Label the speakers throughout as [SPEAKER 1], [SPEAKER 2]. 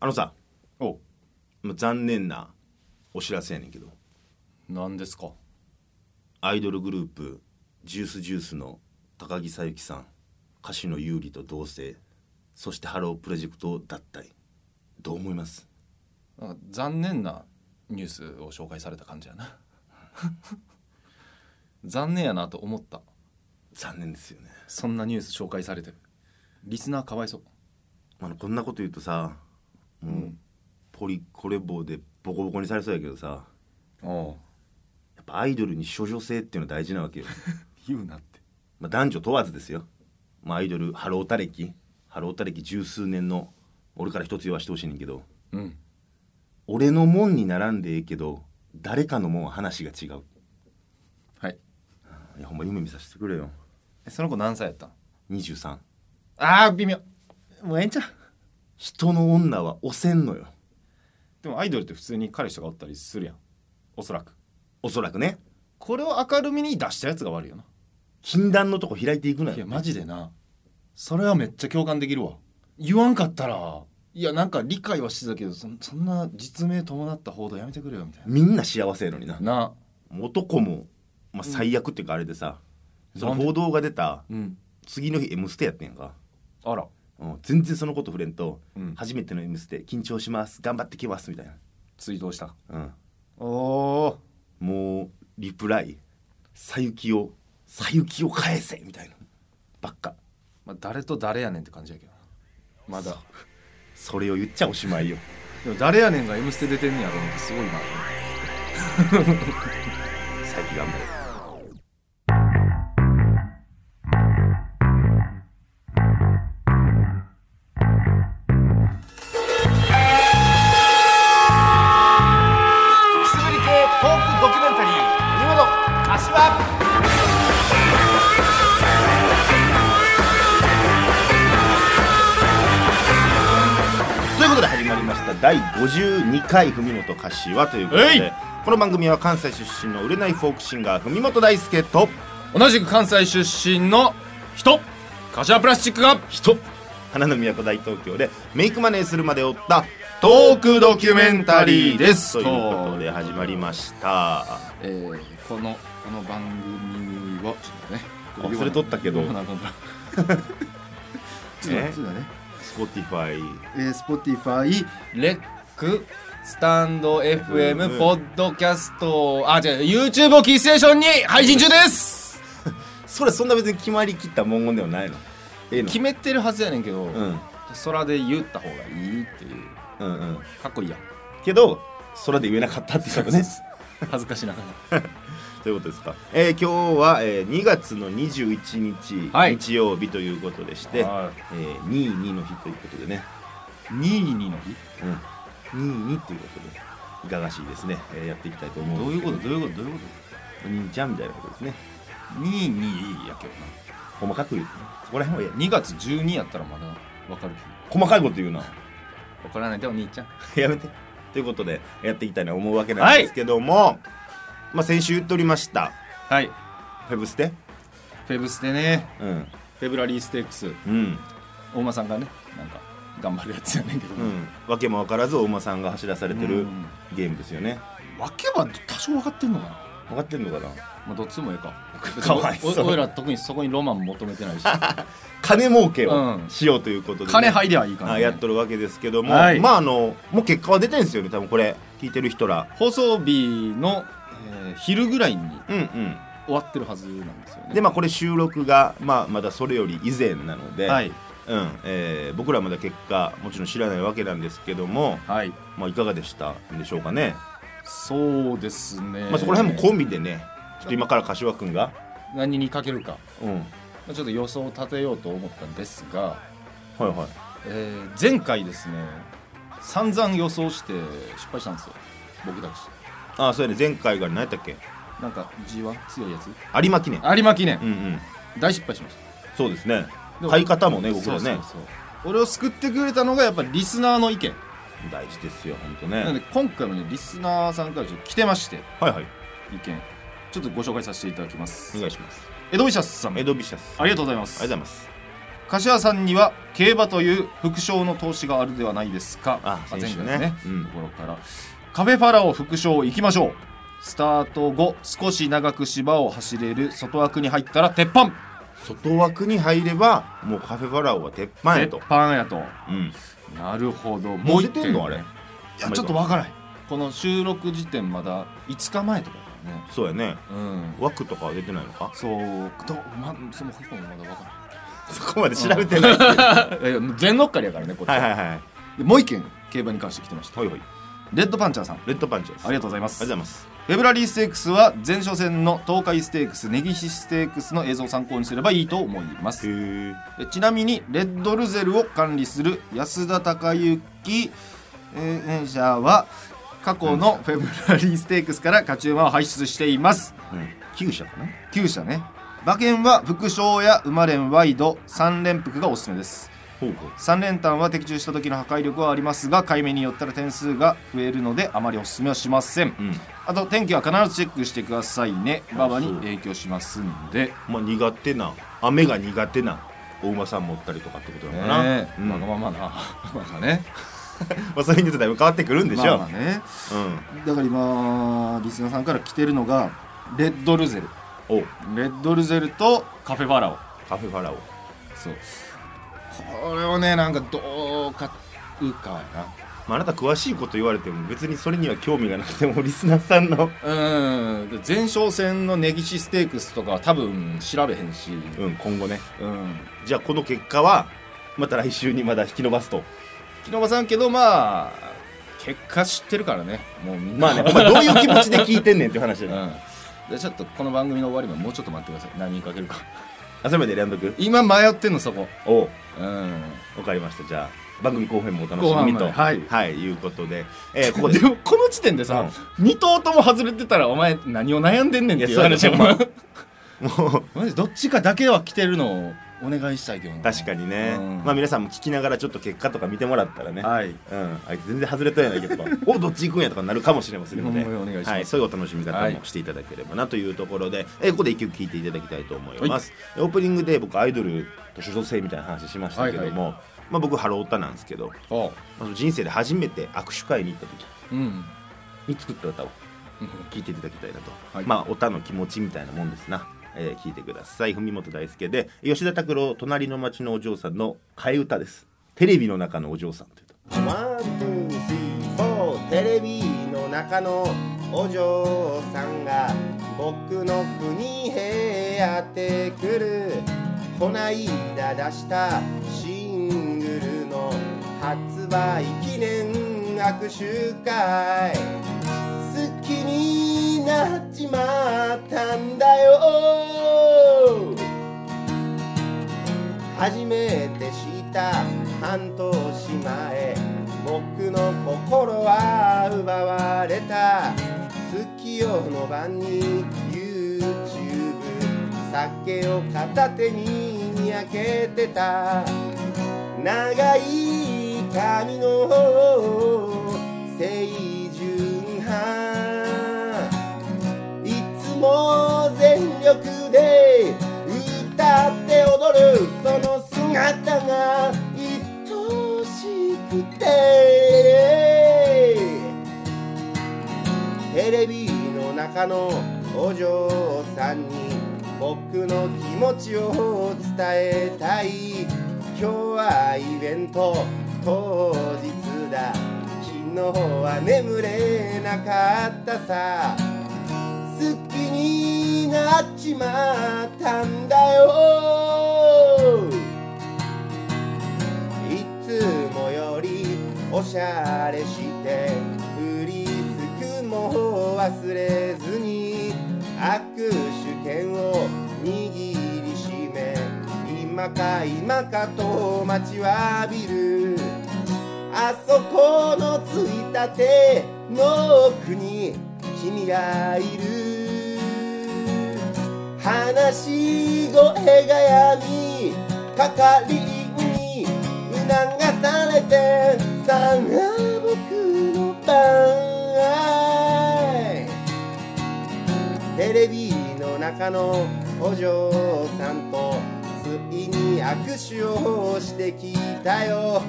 [SPEAKER 1] あのさ
[SPEAKER 2] お
[SPEAKER 1] まあ残念なお知らせやねんけど
[SPEAKER 2] 何ですか
[SPEAKER 1] アイドルグループジュースジュースの高木さゆきさん歌手の優里と同棲そしてハロープロジェクトを脱退どう思います
[SPEAKER 2] なんか残念なニュースを紹介された感じやな 残念やなと思った
[SPEAKER 1] 残念ですよね
[SPEAKER 2] そんなニュース紹介されてリスナーかわいそう
[SPEAKER 1] あのこんなこと言うとさもう、ポリコレ棒でボコボコにされそうやけどさ
[SPEAKER 2] お
[SPEAKER 1] やっぱアイドルに処女性っていうのは大事なわけよ
[SPEAKER 2] 言うなって
[SPEAKER 1] まあ男女問わずですよ、まあ、アイドルハロータ歴ハロータ歴十数年の俺から一つ言わしてほしいねんけど
[SPEAKER 2] うん
[SPEAKER 1] 俺の門に並んでええけど誰かの門は話が違う
[SPEAKER 2] はい
[SPEAKER 1] いやほんま夢見させてくれよ
[SPEAKER 2] えその子何歳やったん
[SPEAKER 1] 23
[SPEAKER 2] あー微妙もうええんちゃう
[SPEAKER 1] 人の女は押せんのよ
[SPEAKER 2] でもアイドルって普通に彼氏とかおったりするやんおそらく
[SPEAKER 1] おそらくね
[SPEAKER 2] これを明るみに出したやつが悪いよな
[SPEAKER 1] 禁断のとこ開いていくの
[SPEAKER 2] いや
[SPEAKER 1] よ
[SPEAKER 2] マジでなそれはめっちゃ共感できるわ言わんかったらいやなんか理解はしてたけどそんそんな実名伴った報道やめてくれよみたい
[SPEAKER 1] みんな幸せやのにな
[SPEAKER 2] なな
[SPEAKER 1] 男も、まあ、最悪っていうかあれでさ、その報道が出た
[SPEAKER 2] うん
[SPEAKER 1] 次の日「M ステ」やってんやんか、
[SPEAKER 2] あら
[SPEAKER 1] うん、全然そのこと触れんと「
[SPEAKER 2] うん
[SPEAKER 1] 初めての「M ステ」緊張します頑張ってきます」みたいな、
[SPEAKER 2] 追悼した
[SPEAKER 1] うん、
[SPEAKER 2] おお
[SPEAKER 1] もうリプライ「さゆきをさゆきを返せ」みたいなばっか
[SPEAKER 2] まあ、誰と誰やねんって感じやけどなまだ
[SPEAKER 1] それを言っちゃおしまいよ
[SPEAKER 2] でも誰やねんが「M ステ」出てんねやろうってすごいな
[SPEAKER 1] さゆき頑張れ
[SPEAKER 3] くすぶり系トークドキュメンタリー「国本柏」
[SPEAKER 1] ということで始まりました第52回文元柏ということ
[SPEAKER 2] えい
[SPEAKER 1] でこの番組は関西出身の売れないフォークシンガー文元大輔と
[SPEAKER 2] 同じく関西出身の人柏プラスチックが人
[SPEAKER 1] 花の都大東京でメイクマネーするまで追ったトークドキュメンタリーですと
[SPEAKER 2] と
[SPEAKER 1] いうことで始まりました
[SPEAKER 2] えー、このこの番組はちょっとね
[SPEAKER 1] 忘れとったけど
[SPEAKER 2] 言わなあかんからちょっと
[SPEAKER 1] え
[SPEAKER 2] ねちょっとね
[SPEAKER 1] Spotify
[SPEAKER 2] えー、Spotify レックスタンド FM ポッドキャストあじゃあ YouTube をキーステーションに配信中です
[SPEAKER 1] それそんな別に決まりきった文言ではないのええの
[SPEAKER 2] 決めてるはずやねんけど、
[SPEAKER 1] うん
[SPEAKER 2] 空で言った方がいいっていう
[SPEAKER 1] うんうん
[SPEAKER 2] かっこいいやん
[SPEAKER 1] けど空で言えなかったっていうことね
[SPEAKER 2] 恥ずかしながら
[SPEAKER 1] ということですか、えー、今日は、えー、2月の21日、
[SPEAKER 2] はい
[SPEAKER 1] 日曜日ということでして、えー、
[SPEAKER 2] はい
[SPEAKER 1] 22の日ということでね、
[SPEAKER 2] 22の日
[SPEAKER 1] うん、22ということでいかがしいですね、えー、やっていきたいと思う
[SPEAKER 2] どういうこと
[SPEAKER 1] と
[SPEAKER 2] どういうことどういうこ
[SPEAKER 1] お兄ちゃんみたいなことですね
[SPEAKER 2] と22やけどな
[SPEAKER 1] 細かく言うそこら辺はや
[SPEAKER 2] 2月12やったらまだわかるけど
[SPEAKER 1] 細かいこと言うな
[SPEAKER 2] わからないでお兄ちゃん
[SPEAKER 1] やめてということでやっていきたいな思うわけなんですけども、まあ先週言っておりました
[SPEAKER 2] はい
[SPEAKER 1] フェブステ
[SPEAKER 2] フェブスでね
[SPEAKER 1] うん
[SPEAKER 2] フェブラリーステークス
[SPEAKER 1] うん
[SPEAKER 2] 大間さんがねなんか頑張るやつやねんけど、
[SPEAKER 1] うん、わけも分からずお馬さんが走らされて
[SPEAKER 2] う
[SPEAKER 1] る
[SPEAKER 2] ん
[SPEAKER 1] ゲームですよね
[SPEAKER 2] わけは多少分かってんのかな
[SPEAKER 1] 分かってんのかな
[SPEAKER 2] まあどっちでもええか
[SPEAKER 1] かわいそう
[SPEAKER 2] おおいら特にそこにロマン求めてないし
[SPEAKER 1] 金儲けを
[SPEAKER 2] うん
[SPEAKER 1] しようということでね、
[SPEAKER 2] 金入りゃいいから、ね、
[SPEAKER 1] あやっとるわけですけども、
[SPEAKER 2] はい
[SPEAKER 1] まああのもう結果は出てんですよね多分これ聞いてる人ら
[SPEAKER 2] 放送日の、えー昼ぐらいに
[SPEAKER 1] うんうん
[SPEAKER 2] 終わってるはずなんですよね
[SPEAKER 1] でまあこれ収録が、まあ、まだそれより以前なので、
[SPEAKER 2] はい
[SPEAKER 1] うんえー僕らはまだ結果もちろん知らないわけなんですけども、
[SPEAKER 2] はい
[SPEAKER 1] まあ、いかがでしたんでしょうかね、
[SPEAKER 2] そうですね、
[SPEAKER 1] まあ、そこら辺もコンビでねちょっと今から柏君が、
[SPEAKER 2] 何にかけるか、
[SPEAKER 1] うん、はい
[SPEAKER 2] まあちょっと予想を立てようと思ったんですが、
[SPEAKER 1] はい
[SPEAKER 2] えー前回ですね散々予想して失敗したんですよ僕たち
[SPEAKER 1] あそうやね前回が何やったっけ
[SPEAKER 2] なんか G1 強いやつ
[SPEAKER 1] 有馬記念
[SPEAKER 2] 有馬記念
[SPEAKER 1] うんうん
[SPEAKER 2] 大失敗しまし
[SPEAKER 1] そうですね
[SPEAKER 2] た
[SPEAKER 1] 買い方もね僕らね
[SPEAKER 2] そうそうそう俺を救ってくれたのがやっぱりリスナーの意見
[SPEAKER 1] 大事ですよ本当
[SPEAKER 2] なの
[SPEAKER 1] ね
[SPEAKER 2] で今回もねリスナーさんからちょっと来てまして
[SPEAKER 1] はいはい
[SPEAKER 2] 意見ちょっとご紹介させていただきます
[SPEAKER 1] お願いします
[SPEAKER 2] 江戸美シャスさんあ
[SPEAKER 1] エ
[SPEAKER 2] り
[SPEAKER 1] ドビシャスあり
[SPEAKER 2] がとうございます
[SPEAKER 1] がとうございます
[SPEAKER 2] 柏さんには競馬という副賞の投資があるではないですか
[SPEAKER 1] あ
[SPEAKER 2] ま
[SPEAKER 1] 先週ね
[SPEAKER 2] 前回の
[SPEAKER 1] うん
[SPEAKER 2] ところからカフェファラオ副賞行きましょうスタート後少し長く芝を走れる外枠に入ったら鉄板
[SPEAKER 1] 外枠に入ればもうカフェファラオは鉄板や
[SPEAKER 2] 鉄
[SPEAKER 1] と、
[SPEAKER 2] 板やと
[SPEAKER 1] うん、
[SPEAKER 2] なるほど
[SPEAKER 1] もう
[SPEAKER 2] 一
[SPEAKER 1] 出てんのあれ
[SPEAKER 2] いやちょっとわからないこの収録時点まだ5日前とかだよね
[SPEAKER 1] そうやね
[SPEAKER 2] うん
[SPEAKER 1] 枠とかは出てないのか
[SPEAKER 2] そうどうまその方法もまだわからない
[SPEAKER 1] そこ まで調べてないっていうはい
[SPEAKER 2] やいや全乗っかりやからねこっち
[SPEAKER 1] い
[SPEAKER 2] は
[SPEAKER 1] はいはい
[SPEAKER 2] でもう一件競馬に関して来てました
[SPEAKER 1] はいはい
[SPEAKER 2] レッドパンチャーさん
[SPEAKER 1] レッドパンチです
[SPEAKER 2] ありがとうございます
[SPEAKER 1] ありがとうございます
[SPEAKER 2] フェブラリーステークスは前哨戦の東海ステークス根岸ステークスの映像を参考にすればいいと思います
[SPEAKER 1] へ
[SPEAKER 2] でちなみにレッドルゼルを管理する安田隆之えー社は過去のフェブラリーステークスから勝ち馬を輩出しています
[SPEAKER 1] え旧社かな
[SPEAKER 2] 9社ね馬券は副賞や馬連ワイド3連複がおすすめです
[SPEAKER 1] ほうほう
[SPEAKER 2] 3連単は的中した時の破壊力はありますが買い目によったら点数が増えるのであまりおすすめはしません
[SPEAKER 1] うん
[SPEAKER 2] あと天気は必ずチェックしてくださいね馬場
[SPEAKER 1] そう
[SPEAKER 2] に影響しますんで
[SPEAKER 1] まあ苦手な雨が苦手なお馬さん持ったりとかってことなのかな、
[SPEAKER 2] ねえ
[SPEAKER 1] うん
[SPEAKER 2] わがままなまあね
[SPEAKER 1] まあ、それによってだいぶ変わってくるんでしょう、
[SPEAKER 2] まあまあね
[SPEAKER 1] うん
[SPEAKER 2] だから今リスナーさんから来てるのがレッドルゼル
[SPEAKER 1] お
[SPEAKER 2] レッドルゼルとカフェバラオ
[SPEAKER 1] カフェファラオ
[SPEAKER 2] そうこれをねなんかどう買うかやな
[SPEAKER 1] まあ、あなた詳しいこと言われても別にそれには興味がなくてもリスナーさんの、
[SPEAKER 2] うーん前哨戦のネギシステークスとかは多分調べへんし、
[SPEAKER 1] うん、今後ね
[SPEAKER 2] うん、
[SPEAKER 1] じゃあこの結果はまた来週にまだ引き延ばすと
[SPEAKER 2] 木野場さんけどまあ結果知ってるからねもうみんな
[SPEAKER 1] まあねお前どういう気持ちで聞いてんねんっていう話だね
[SPEAKER 2] うん、でちょっとこの番組の終わりまでもうちょっと待ってください何人かけるか
[SPEAKER 1] あそれまで選んどく
[SPEAKER 2] 今迷ってんのそこ
[SPEAKER 1] おう
[SPEAKER 2] うん
[SPEAKER 1] わかりましたじゃあ番組後編もお楽しみにと
[SPEAKER 2] 後半まではい
[SPEAKER 1] いうことで、えーここで
[SPEAKER 2] でもこの時点でさ、二2頭とも外れてたらお前何を悩んでんねんっていう話
[SPEAKER 1] いや
[SPEAKER 2] や
[SPEAKER 1] そうや
[SPEAKER 2] もん
[SPEAKER 1] もう
[SPEAKER 2] マジどっちかだけは来てるのをお願いしたいけどな
[SPEAKER 1] 確かにね、
[SPEAKER 2] うん
[SPEAKER 1] まあ皆さんも聞きながらちょっと結果とか見てもらったらね、
[SPEAKER 2] はい
[SPEAKER 1] うん、あいつ全然外れたやないけとか おどっち行くんやとかなるかもしれませんので
[SPEAKER 2] ほんまにお願いします
[SPEAKER 1] はい、そういうお楽しみ方もしていただければなというところで、えーここで一曲聴いていただきたいと思います、オープニングで僕アイドルと所属性みたいな話しましたけども、まあ、僕ハロータなんですけど、ま
[SPEAKER 2] おう
[SPEAKER 1] あ、その人生で初めて握手会に行った時
[SPEAKER 2] うん
[SPEAKER 1] に作った歌を聴いていただきたいなと、
[SPEAKER 2] はい
[SPEAKER 1] まあおたの気持ちみたいなもんですな、えー、聞いてください文本大輔で吉田拓郎隣の町のお嬢さんの替え歌ですテレビの中のお嬢さんという歌
[SPEAKER 4] ワン、ツー、スリー、フォーテレビの中のお嬢さんが僕の国へやってくるこないだ出したシングルの発売記念握手会好きになっちまったんだよ初めて知った半年前僕の心は奪われた月夜の晩に YouTube 酒を片手ににやけてた長い髪の青純派いつも全力で歌って踊るその姿が愛しくてテレビの中のお嬢さんに僕の気持ちを伝えたい今日はイベント当日だ昨日は眠れなかったさ好きになっちまったんだよいつもよりおしゃれしてフリースクも忘れずに握手券を握りしめ今か今かと待ちわびるあそこのついたての奥に君がいる話し声が闇係に促されてさあ僕の番テレビの中のお嬢さんとついに握手をしてきたよ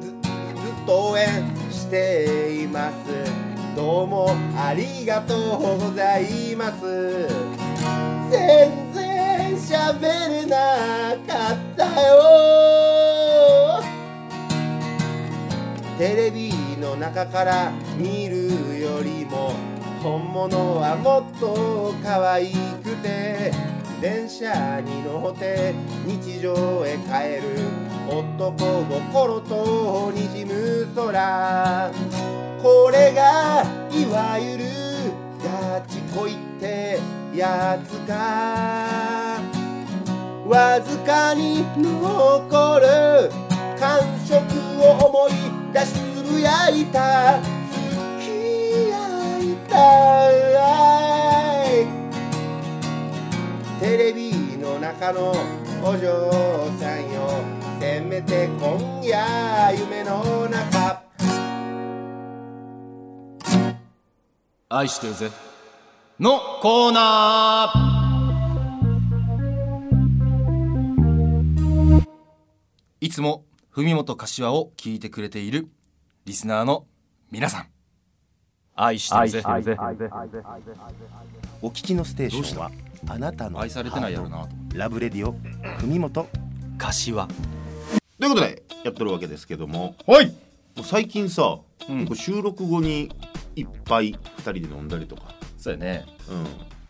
[SPEAKER 4] ずずっと応援していますどうもありがとうございます全然喋れなかったよテレビの中から見るよりも本物はもっと可愛くて電車に乗って日常へ帰る男心とにじむ空これがいわゆるガチ恋ってやつかわずかに残る感触を思い出しつぶやいた付き合いたいテレビの中のお嬢さんよせめて今夜夢の中
[SPEAKER 2] 愛してるぜのコーナーいつも文本柏を聞いてくれているリスナーの皆さん愛してるぜ
[SPEAKER 5] お聞きのステーションはあなたの
[SPEAKER 2] 愛されてないやろなと
[SPEAKER 5] ラブレディオ文元
[SPEAKER 2] 柏
[SPEAKER 1] ということでやってるわけですけども
[SPEAKER 2] はい
[SPEAKER 1] もう最近さ、
[SPEAKER 2] うん
[SPEAKER 1] 結構収録後にいっぱい2人で飲んだりとか、
[SPEAKER 2] そうやね
[SPEAKER 1] うん、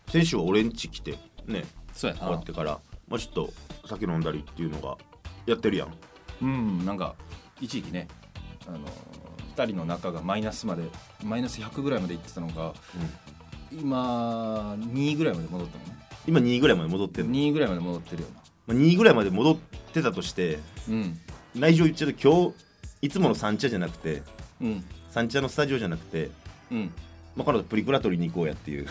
[SPEAKER 1] 先週は俺ん家来てね
[SPEAKER 2] そうや
[SPEAKER 1] 終わ
[SPEAKER 2] な
[SPEAKER 1] ってからまあちょっと酒飲んだりっていうのがやってるやん
[SPEAKER 2] うんなんか一時期ねあの2人の仲がマイナスまでマイナス100ぐらいまでいってたのが、今2ぐらいまで戻ったのね
[SPEAKER 1] 今2位ぐらいまで戻ってんの、
[SPEAKER 2] 2ぐらいまで戻ってるよな
[SPEAKER 1] まあ、2位ぐらいまで戻ってたとして
[SPEAKER 2] うん
[SPEAKER 1] 内情言っちゃうと今日いつもの三茶じゃなくて
[SPEAKER 2] うん
[SPEAKER 1] 三茶のスタジオじゃなくて、
[SPEAKER 2] うん
[SPEAKER 1] まあ、彼女プリクラ撮りに行こうやっていう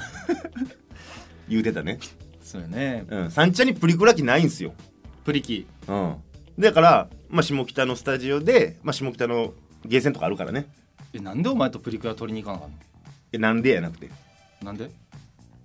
[SPEAKER 1] 言うてたね、
[SPEAKER 2] そうやね
[SPEAKER 1] うん、三茶にプリクラ機ないんすよ
[SPEAKER 2] プリキ
[SPEAKER 1] うん、だから、まあ、下北のスタジオで、まあ、下北のゲーセンとかあるからね
[SPEAKER 2] えなんでお前とプリクラ取りに行かなかっ
[SPEAKER 1] えなんでやなくて
[SPEAKER 2] たのなんで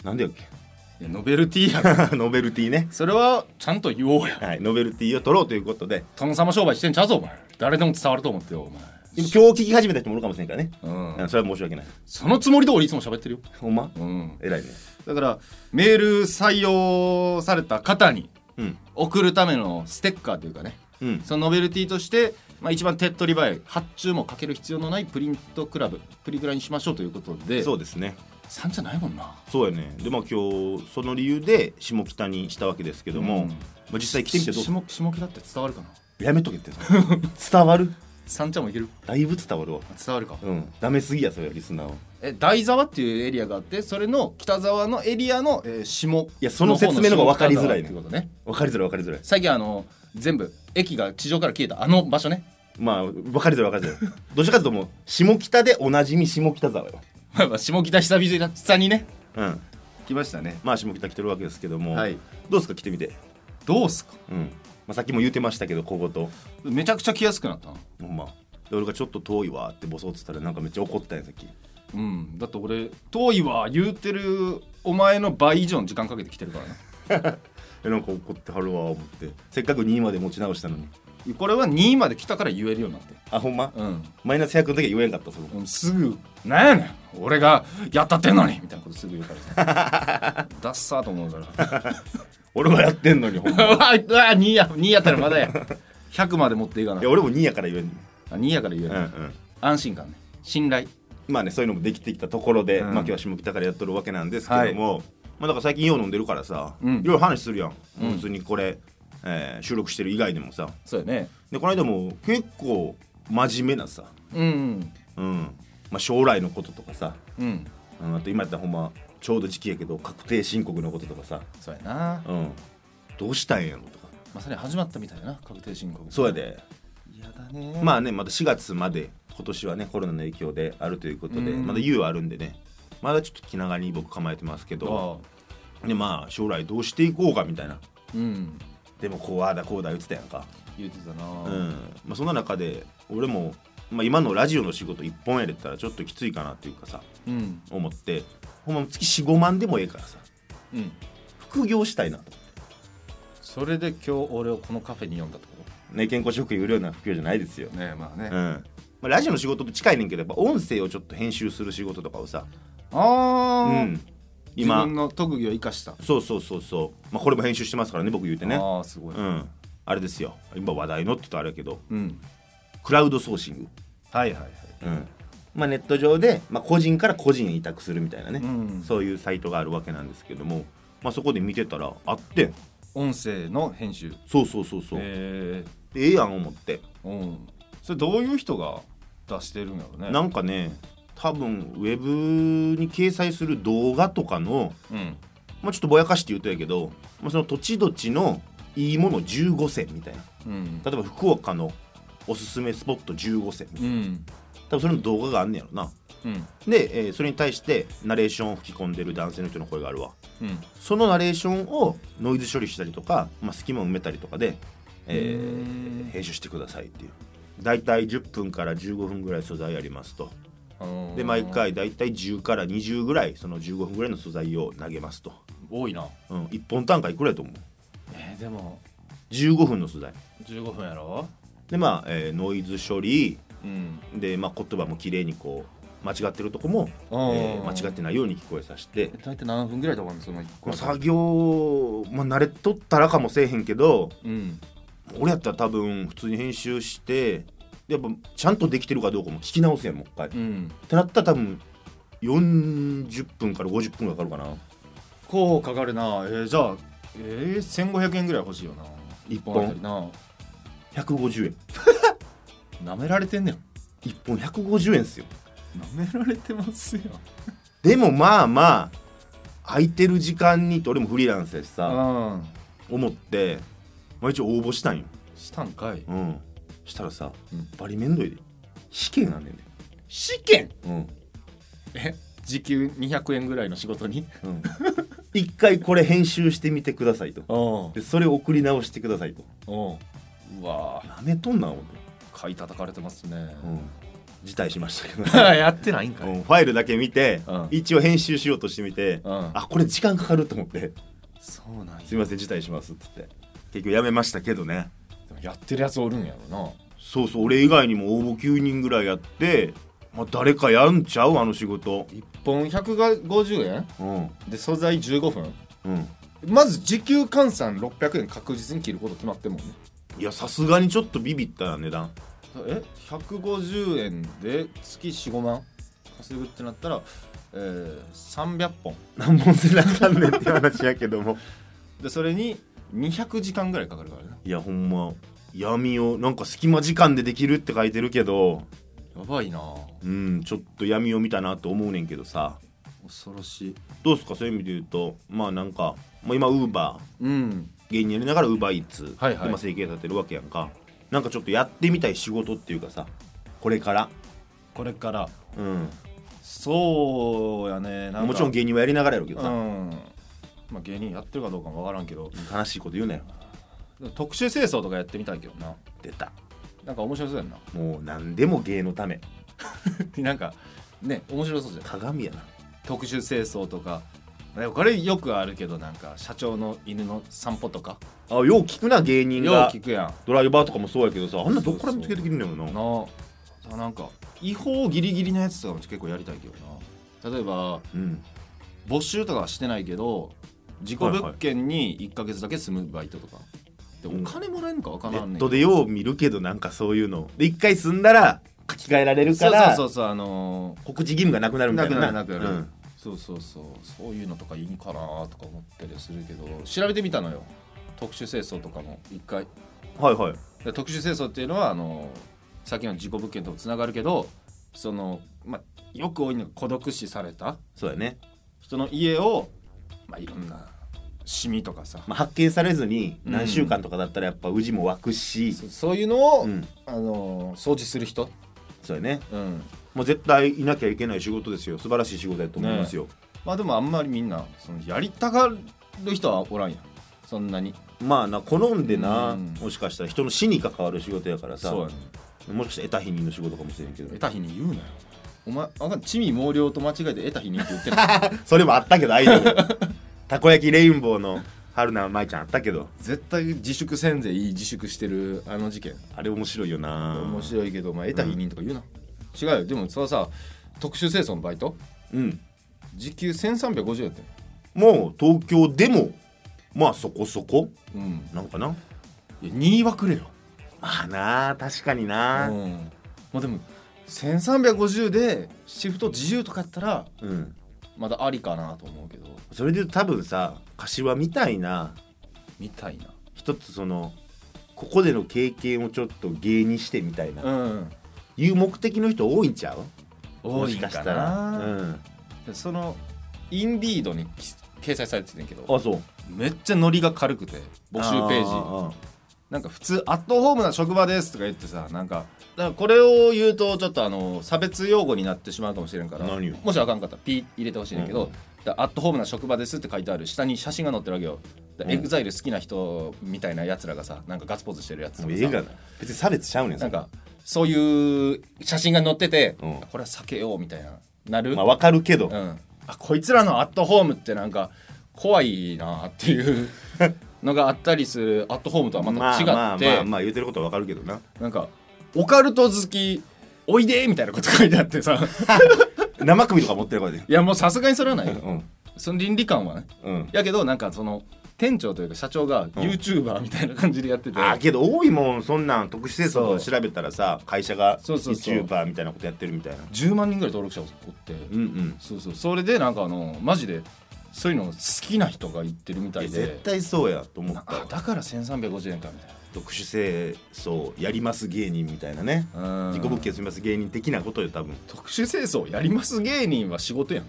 [SPEAKER 1] なんでやっ
[SPEAKER 2] いやノベルティや ろ
[SPEAKER 1] け ノベルティね
[SPEAKER 2] それはちゃんと言おうや
[SPEAKER 1] はいノベルティを取ろうということで
[SPEAKER 2] 殿様商売してんちゃうぞお前誰でも伝わると思ってよお前
[SPEAKER 1] 今日聞き始めた人もおるかもしれんからね、
[SPEAKER 2] う
[SPEAKER 1] うんん、それは申し訳ない
[SPEAKER 2] そのつもりで俺いつも喋ってるよ
[SPEAKER 1] ほんま
[SPEAKER 2] うん
[SPEAKER 1] 偉いね
[SPEAKER 2] だからメール採用された方に
[SPEAKER 1] うん
[SPEAKER 2] 送るためのステッカーというかね
[SPEAKER 1] うん
[SPEAKER 2] そのノベルティとして、まあ、一番手っ取り早い発注もかける必要のないプリントクラブプリクラにしましょうということで
[SPEAKER 1] そうですね
[SPEAKER 2] 3じゃないもんな
[SPEAKER 1] そうやねでまあ今日その理由で下北にしたわけですけども、
[SPEAKER 2] うん
[SPEAKER 1] まあ、実際来てみてどう
[SPEAKER 2] 下下北って伝わるかな
[SPEAKER 1] やめとけって 伝わる
[SPEAKER 2] 三茶もいける
[SPEAKER 1] だいぶ伝わるわ
[SPEAKER 2] 伝わるか
[SPEAKER 1] うんダメすぎやそれはリスナーは
[SPEAKER 2] え台沢っていうエリアがあってそれの北沢のエリアの、えー下
[SPEAKER 1] いやその説明の方が分かりづらいね
[SPEAKER 2] ということね
[SPEAKER 1] 分かりづらい分かりづらい
[SPEAKER 2] 最近あの全部駅が地上から消えたあの場所ね
[SPEAKER 1] まあ分かりづらい分かりづらいどっちかというともう下北でおなじみ下北沢よ
[SPEAKER 2] まあまあ下北久々に下にね
[SPEAKER 1] うん
[SPEAKER 2] 来ましたね
[SPEAKER 1] まあ下北来てるわけですけども、
[SPEAKER 2] はい
[SPEAKER 1] どうですか来てみて
[SPEAKER 2] どうすか
[SPEAKER 1] うん、まあ、さっきも言ってましたけど小言
[SPEAKER 2] めちゃくちゃ来やすくなったな
[SPEAKER 1] ほんまで俺がちょっと遠いわってボソッつったらなんかめっちゃ怒ったんやさっき
[SPEAKER 2] うんだって俺遠いわ言うてるお前の倍以上の時間かけて来てるからね
[SPEAKER 1] えなんか怒ってはるわ思ってせっかく2位まで持ち直したのに
[SPEAKER 2] これは2位まで来たから言えるようになって
[SPEAKER 1] あほんま、
[SPEAKER 2] うん
[SPEAKER 1] マイナス100の時は言えんかったその
[SPEAKER 2] もうすぐ「なんやねん俺がやったってんのに!」みたいなことすぐ言うから さダッサーと思うから
[SPEAKER 1] 俺はやってんのにほんま
[SPEAKER 2] うわうわ2や2やったらまだや100まで持っていかない
[SPEAKER 1] や俺も2位やから言えんね
[SPEAKER 2] あ2やから言え
[SPEAKER 1] ん
[SPEAKER 2] る、
[SPEAKER 1] うんうん
[SPEAKER 2] 安心感ね信頼
[SPEAKER 1] まあねそういうのもできてきたところで、
[SPEAKER 2] うん
[SPEAKER 1] まあ今日は下北からやっとるわけなんですけども、まあだから最近よう飲んでるからさ、
[SPEAKER 2] うん
[SPEAKER 1] いろいろ話するやん、もう普通にこれ、えー収録してる以外でもさ
[SPEAKER 2] そうやね
[SPEAKER 1] でこの間も結構真面目なさ、
[SPEAKER 2] うん
[SPEAKER 1] うんまあ、将来のこととかさ、
[SPEAKER 2] うん
[SPEAKER 1] うん、あと今やったらほんまちょうど時期やけど確定申告のこととかさ、
[SPEAKER 2] そうやな、ま
[SPEAKER 1] うん、どうしたんやろとか
[SPEAKER 2] あ、それ始まったみたいやな確定申告
[SPEAKER 1] そうやで
[SPEAKER 2] いやだね
[SPEAKER 1] まあねまた4月まで今年はねコロナの影響であるということで、
[SPEAKER 2] うん
[SPEAKER 1] まだ猶予あるんでねまだちょっと気長に僕構えてますけど、
[SPEAKER 2] ああ
[SPEAKER 1] でまあ将来どうしていこうかみたいな
[SPEAKER 2] うん
[SPEAKER 1] でもこうああだこうだ言ってたやんか、
[SPEAKER 2] 言うてたな、
[SPEAKER 1] うんまあ、そんな中で俺も、まあ、今のラジオの仕事一本やれたらちょっときついかなっていうかさ
[SPEAKER 2] うん
[SPEAKER 1] 思ってほんま月45万でもええからさ
[SPEAKER 2] うん
[SPEAKER 1] 副業したいなと
[SPEAKER 2] それで今日俺をこのカフェに呼んだってこ
[SPEAKER 1] ね、健康食品売るような副業じゃないですよ
[SPEAKER 2] と、ねえまあね
[SPEAKER 1] うんまあ、ラジオの仕事と近いねんけどやっぱ音声をちょっと編集する仕事とかをさ、う
[SPEAKER 2] ああ、
[SPEAKER 1] ん、
[SPEAKER 2] 自
[SPEAKER 1] 今
[SPEAKER 2] 分の特技を生かした、
[SPEAKER 1] そうそうそうそう、まあ、これも編集してますからね僕言うてね
[SPEAKER 2] ああすごい、
[SPEAKER 1] うん、あれですよ今話題のって言ったらあれやけど
[SPEAKER 2] うん
[SPEAKER 1] クラウドソーシン
[SPEAKER 2] はいはいはい
[SPEAKER 1] グ、うんまあ、ネット上で、まあ、個人から個人へ委託するみたいなね、
[SPEAKER 2] うん
[SPEAKER 1] そういうサイトがあるわけなんですけども、まあ、そこで見てたらあって
[SPEAKER 2] 音声の編集
[SPEAKER 1] そうそうそうそう、
[SPEAKER 2] え
[SPEAKER 1] でええやん思って、
[SPEAKER 2] えうんそれどういう人が出してるんやろうね
[SPEAKER 1] なんかね多分ウェブに掲載する動画とかの、
[SPEAKER 2] うん
[SPEAKER 1] まあ、ちょっとぼやかして言うとやけど、まあ、その土地土地のいいもの15選みたいな
[SPEAKER 2] うん
[SPEAKER 1] 例えば福岡のおすすめスポット15選みたいな
[SPEAKER 2] うん
[SPEAKER 1] 多分それの動画があんねやろな
[SPEAKER 2] うん
[SPEAKER 1] で、えーそれに対してナレーションを吹き込んでる男性の人の声があるわ
[SPEAKER 2] うん
[SPEAKER 1] そのナレーションをノイズ処理したりとか、まあ、隙間を埋めたりとかで、えー
[SPEAKER 2] うん
[SPEAKER 1] 編集してくださいっていう大体10分から15分ぐらい素材ありますと
[SPEAKER 2] あのー
[SPEAKER 1] で毎回大体10から20ぐらいその15分ぐらいの素材を投げますと、
[SPEAKER 2] 多いな
[SPEAKER 1] うん、1本単価いくらやと思う
[SPEAKER 2] えー、でも
[SPEAKER 1] 15分の素材
[SPEAKER 2] 15分やろ
[SPEAKER 1] でまあ、えーノイズ処理
[SPEAKER 2] うん
[SPEAKER 1] で、まあ、言葉も綺麗にこう間違ってるとこも、えー間違ってないように聞こえさせて
[SPEAKER 2] 大体何分ぐらいだもんねその一個
[SPEAKER 1] この作業、まあ、慣れとったらかもせえへんけど
[SPEAKER 2] うん
[SPEAKER 1] 俺やったら多分普通に編集してやっぱちゃんとできてるかどうかも聞き直すやんもう一回、っ
[SPEAKER 2] うん
[SPEAKER 1] てなったら多分40分から50分がかかるかな
[SPEAKER 2] こうかかるなえー、じゃあえー、1500円ぐらい欲しいよな
[SPEAKER 1] 一本
[SPEAKER 2] 本あたりな
[SPEAKER 1] 150円
[SPEAKER 2] なめられてんねん
[SPEAKER 1] 1本150円っすよ
[SPEAKER 2] なめられてますよ
[SPEAKER 1] でもまあまあ空いてる時間にと俺もフリーランスやしさ
[SPEAKER 2] うん
[SPEAKER 1] 思って、まあ、一応応募したんよ
[SPEAKER 2] したんかい
[SPEAKER 1] うんしたらさ、
[SPEAKER 2] うん
[SPEAKER 1] バリめんどいで試験あんねんで
[SPEAKER 2] 試験
[SPEAKER 1] うん
[SPEAKER 2] え時給200円ぐらいの仕事に
[SPEAKER 1] うん 一回これ編集してみてくださいと
[SPEAKER 2] うん
[SPEAKER 1] でそれを送り直してくださいと
[SPEAKER 2] うんうわ
[SPEAKER 1] なめとんな思って、
[SPEAKER 2] 買い叩かれてますね、
[SPEAKER 1] うん、辞退しましたけ ど
[SPEAKER 2] やってないんか
[SPEAKER 1] う
[SPEAKER 2] い
[SPEAKER 1] んファイルだけ見て、
[SPEAKER 2] うん
[SPEAKER 1] 一応編集しようとしてみて、
[SPEAKER 2] うん
[SPEAKER 1] あこれ時間かかると思って
[SPEAKER 2] そうなんや
[SPEAKER 1] すいません辞退しますって言って結局やめましたけどね
[SPEAKER 2] でもやってるやつおるんやろ
[SPEAKER 1] そうそう俺以外にも応募9人ぐらいやって、まあ、誰かやんちゃうあの仕事
[SPEAKER 2] な1本150円
[SPEAKER 1] うん
[SPEAKER 2] で素材15分
[SPEAKER 1] うん
[SPEAKER 2] まず時給換算600円確実に切ること決まってんもんね
[SPEAKER 1] いやさすがにちょっとビビった値段
[SPEAKER 2] え150円で月45万稼ぐってなったら、えー、300本
[SPEAKER 1] 何本せなあかんねんって話やけども
[SPEAKER 2] でそれに200時間ぐらいかかるからね
[SPEAKER 1] いやほんま闇をなんか隙間時間でできるって書いてるけど
[SPEAKER 2] やばいな
[SPEAKER 1] うんちょっと闇を見たなと思うねんけどさ
[SPEAKER 2] 恐ろしい
[SPEAKER 1] どうすかそういう意味で言うとまあなんか、まあ、今ウーバー
[SPEAKER 2] うん
[SPEAKER 1] 芸人やりながらウーバーイーツ
[SPEAKER 2] はいはい
[SPEAKER 1] 今生計立てるわけやんかなんかちょっとやってみたい仕事っていうかさこれから
[SPEAKER 2] これから
[SPEAKER 1] うん
[SPEAKER 2] そうやねなんか
[SPEAKER 1] もちろん芸人はやりながらやるけど
[SPEAKER 2] う
[SPEAKER 1] さ、
[SPEAKER 2] んまあ芸人やってるかどうかもわからんけど
[SPEAKER 1] 悲しいこと言うなよ
[SPEAKER 2] でも特殊清掃とかやってみたいけどな
[SPEAKER 1] 出た
[SPEAKER 2] なんか面白そうやんな
[SPEAKER 1] もう何でも芸のため
[SPEAKER 2] なんかね面白そうじゃん
[SPEAKER 1] 鏡やな
[SPEAKER 2] 特殊清掃とかでもこれよくあるけどなんか社長の犬の散歩とか
[SPEAKER 1] あよう聞くな芸人
[SPEAKER 2] よう
[SPEAKER 1] が
[SPEAKER 2] 聞くやん
[SPEAKER 1] ドライバーとかもそうやけどさあんなどっから見つけてきるんだよな
[SPEAKER 2] なあなんか違法ギリギリのやつとかも結構やりたいけどな例えば
[SPEAKER 1] うん
[SPEAKER 2] 募集とかはしてないけど事故物件に1か月だけ住むバイトとか、
[SPEAKER 1] うん
[SPEAKER 2] でお金もらえるのか分から
[SPEAKER 1] ネッ
[SPEAKER 2] んねんけど
[SPEAKER 1] トでよう見るけどなんかそういうので一回済んだら書き換えられる
[SPEAKER 2] そ
[SPEAKER 1] か
[SPEAKER 2] う
[SPEAKER 1] ら
[SPEAKER 2] そうそうそうあの
[SPEAKER 1] 告知義務がなくなる
[SPEAKER 2] ー
[SPEAKER 1] みた
[SPEAKER 2] ないく
[SPEAKER 1] な
[SPEAKER 2] なるなくなる、
[SPEAKER 1] うん
[SPEAKER 2] そうそうそうそういうのとかいいんかなとか思ったりするけど調べてみたのよ特殊清掃とかも一回
[SPEAKER 1] はいはい
[SPEAKER 2] で特殊清掃っていうのはあのさっきの事故物件ともつながるけどその、まあ、よく多いのが孤独死された
[SPEAKER 1] そうだね、
[SPEAKER 2] 人の家を、まあ、いろんなシミとかさ、
[SPEAKER 1] まあ、発見されずに
[SPEAKER 2] うん
[SPEAKER 1] 何週間とかだったらやっぱ氏も湧くし、
[SPEAKER 2] そそういうのを、
[SPEAKER 1] うん
[SPEAKER 2] あのー掃除する人、
[SPEAKER 1] そうだね
[SPEAKER 2] うん、
[SPEAKER 1] もう絶対いなきゃいけない仕事ですよ素晴らしい仕事だと思いますよ、
[SPEAKER 2] まあでもあんまりみんなそのやりたがる人はおらんやんそんなに
[SPEAKER 1] まあな好んでな、
[SPEAKER 2] うん
[SPEAKER 1] もしかしたら人の死に関わる仕事やからさ
[SPEAKER 2] そうやね
[SPEAKER 1] もしかしたら得た否認の仕事かもしれんけど
[SPEAKER 2] 得た日に言うなよお前あかん地味毛 量と間違えて得た日にって言ってない
[SPEAKER 1] それもあったけどアイドルたこ焼きレインボーの
[SPEAKER 6] 春菜舞ちゃんあったけど
[SPEAKER 2] 絶対自粛せんぜいい自粛してるあの事件
[SPEAKER 1] あれ面白いよな
[SPEAKER 2] 面白いけど、まあ、得た否認とか言うな、違うよでもそのさ特殊清掃のバイト
[SPEAKER 1] うん
[SPEAKER 2] 時給1350円やって
[SPEAKER 1] もう東京でもまあそこそこ
[SPEAKER 2] うん
[SPEAKER 1] なんかない
[SPEAKER 2] や2位はくれよ
[SPEAKER 6] まあなあ確かに
[SPEAKER 2] う
[SPEAKER 6] な、
[SPEAKER 2] んまあでも1350でシフト自由とかやったら
[SPEAKER 1] うん
[SPEAKER 2] まだありかなと思うけど
[SPEAKER 1] それで言うと多分さ柏みたいな
[SPEAKER 2] みたいな
[SPEAKER 1] 一つそのここでの経験をちょっと芸にしてみたいな、
[SPEAKER 2] うん
[SPEAKER 1] いう目的の人多いんちゃう
[SPEAKER 2] 多い
[SPEAKER 1] もし
[SPEAKER 2] んか
[SPEAKER 1] かしたら、
[SPEAKER 2] な
[SPEAKER 1] うん、
[SPEAKER 2] でそのインディードにき掲載されててんけど
[SPEAKER 1] あそう
[SPEAKER 2] めっちゃノリが軽くて募集ページ
[SPEAKER 1] あ
[SPEAKER 2] なんか普通アットホームな職場ですとか言ってさなんかだからこれを言うとちょっとあの差別用語になってしまうかもしれんから
[SPEAKER 1] 何を
[SPEAKER 2] もしあかんかったらピー入れてほしいねんだけど、だからアットホームな職場ですって書いてある下に写真が載ってるわけよだからエグザイル好きな人みたいなやつらがさなんかガッツポーズしてるやつ
[SPEAKER 1] あ
[SPEAKER 2] と
[SPEAKER 1] も
[SPEAKER 2] か
[SPEAKER 1] う
[SPEAKER 2] さ
[SPEAKER 1] 映画だ別に差別しちゃうねん
[SPEAKER 2] なん
[SPEAKER 1] そ
[SPEAKER 2] かそういう写真が載ってて、
[SPEAKER 1] うん
[SPEAKER 2] これは避けようみたいななる、
[SPEAKER 1] れまあわかるけど、
[SPEAKER 2] うん、あこいつらのアットホームってなんか怖いなっていう のがあったりするアットホームとはま
[SPEAKER 1] ま
[SPEAKER 2] た
[SPEAKER 1] あ
[SPEAKER 2] 違って、
[SPEAKER 1] まあまあまあ言うてることはわかるけどな
[SPEAKER 2] なんかオカルト好きおいでみたいなこと書いてあっ てさ
[SPEAKER 1] 生首とか持ってるからで
[SPEAKER 2] いやもうさすがにそれはないよ
[SPEAKER 1] うん
[SPEAKER 2] その倫理観はね
[SPEAKER 1] うん
[SPEAKER 2] やけどなんかその店長というか社長が YouTuber みたいな感じでやってて、
[SPEAKER 1] あーけど多いもんそんなん特殊清掃とか調べたらさ会社が
[SPEAKER 2] そうそうそう
[SPEAKER 1] YouTuber みたいなことやってるみたいな
[SPEAKER 2] 10万人ぐらい登録者おって、
[SPEAKER 1] うんうん
[SPEAKER 2] そうそうそれでなんかあのマジでそういうの好きな人が言ってるみた
[SPEAKER 1] い
[SPEAKER 2] い
[SPEAKER 1] や
[SPEAKER 2] で
[SPEAKER 1] 絶対そうやと思った
[SPEAKER 2] あ
[SPEAKER 1] わ
[SPEAKER 2] だから1350円かみたい
[SPEAKER 1] 特殊清掃やります芸人みたいなね
[SPEAKER 2] な
[SPEAKER 1] 自己物件すみます芸人的なことよ多分
[SPEAKER 2] 特殊清掃やります芸人は仕事やん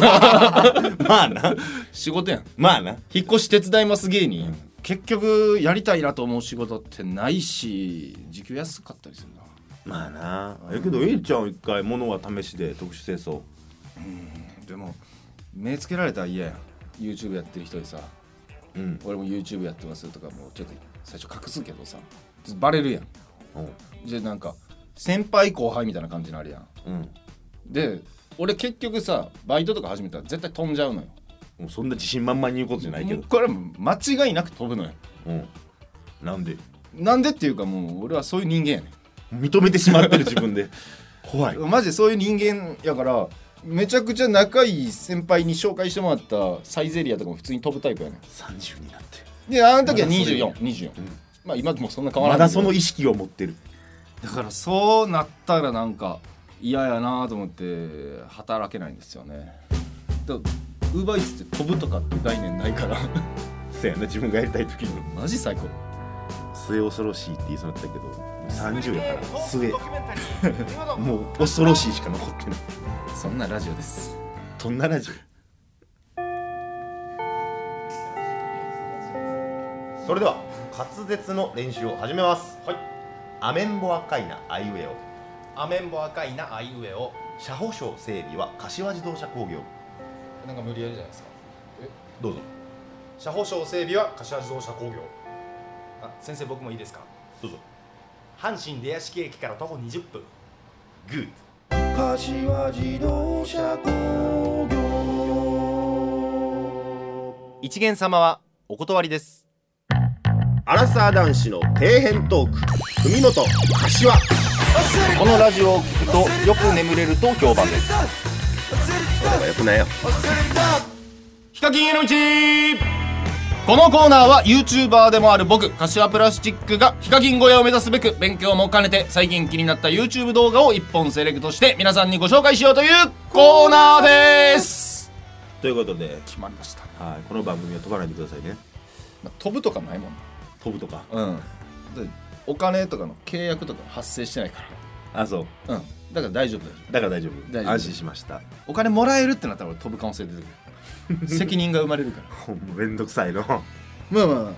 [SPEAKER 1] まあな
[SPEAKER 2] 仕事やん
[SPEAKER 1] まあな
[SPEAKER 2] 引っ越し手伝います芸人、結局やりたいなと思う仕事ってないし時給安かったりするな
[SPEAKER 1] まあなえけど A ちゃん一回物は試しで特殊清掃
[SPEAKER 2] でも目つけられたら嫌やん YouTube やってる人にさ
[SPEAKER 1] うん
[SPEAKER 2] 俺も YouTube やってますとかもうちょっと最初隠すけどさバレるやんじゃあなんか先輩後輩みたいな感じになるやん
[SPEAKER 1] うん
[SPEAKER 2] で俺結局さバイトとか始めたら絶対飛んじゃうのよ
[SPEAKER 1] もうそんな自信満々に言うことじゃないけ
[SPEAKER 2] も
[SPEAKER 1] ど
[SPEAKER 2] うこれはもう間違いなく飛ぶのよ
[SPEAKER 1] うんなんで
[SPEAKER 2] なんでっていうかもう俺はそういう人間やね
[SPEAKER 1] 認めてしまってる自分 で怖い
[SPEAKER 2] んマジでそういう人間やからめちゃくちゃ仲いい先輩に紹介してもらったサイゼリアとかも普通に飛ぶタイプやね
[SPEAKER 1] 30になって
[SPEAKER 2] んであの時は
[SPEAKER 1] まだそれ
[SPEAKER 2] 2424、24まあ今でもそんな変わら
[SPEAKER 1] ま
[SPEAKER 2] ない
[SPEAKER 1] だその意識を持ってる
[SPEAKER 2] だからそうなったらなんか嫌やなと思って働けないんですよねだウーバーイーツって飛ぶとかって概念ないから
[SPEAKER 1] そうやな自分がやりたい時の
[SPEAKER 2] マジ最高
[SPEAKER 1] 末恐ろしいって言いそうになったけどもう30やから 末
[SPEAKER 3] ドキュメンタリー見事
[SPEAKER 1] もう恐ろしいしか残ってない
[SPEAKER 2] そんなラジオです
[SPEAKER 1] とんなラジオそれでは滑舌の練習を始めますはいアメンボ赤いなアイウェオ
[SPEAKER 3] アメンボ赤いなあいうえを
[SPEAKER 1] 車保証整備は柏自動車工業
[SPEAKER 2] なんか無理やりじゃないですか
[SPEAKER 1] どうぞ
[SPEAKER 3] 車保証整備は柏自動車工業あ先生僕もいいですか
[SPEAKER 1] どうぞ
[SPEAKER 3] 阪神出屋敷駅から徒歩20分
[SPEAKER 1] グー
[SPEAKER 4] 柏自動車工業
[SPEAKER 3] 一元様はお断りです
[SPEAKER 4] アラサー男子の底辺トーク文元柏このラジオを聞くとよく眠れると評判ですそれはよくないよ
[SPEAKER 2] ヒカキンへの道このコーナーは YouTuber でもある僕柏プラスチックがヒカキン小屋を目指すべく勉強も兼ねて最近気になった YouTube 動画を1本セレクトして皆さんにご紹介しようというコーナーです
[SPEAKER 1] ということで、
[SPEAKER 2] 決まりました、
[SPEAKER 1] はい、この番組は飛ばないでくださいね
[SPEAKER 2] まあ、飛ぶとかないもん
[SPEAKER 1] 飛ぶとか
[SPEAKER 2] うんお金とかの契約とか発生してないか
[SPEAKER 1] あそう
[SPEAKER 2] らうんだから大丈夫だよ
[SPEAKER 1] だから大丈夫
[SPEAKER 2] 大丈夫
[SPEAKER 1] 安心しました
[SPEAKER 2] お金もらえるってなったら俺飛ぶ可能性出てくる責任が生まれるから
[SPEAKER 1] ほんまめんどくさいの
[SPEAKER 2] まあまあまあ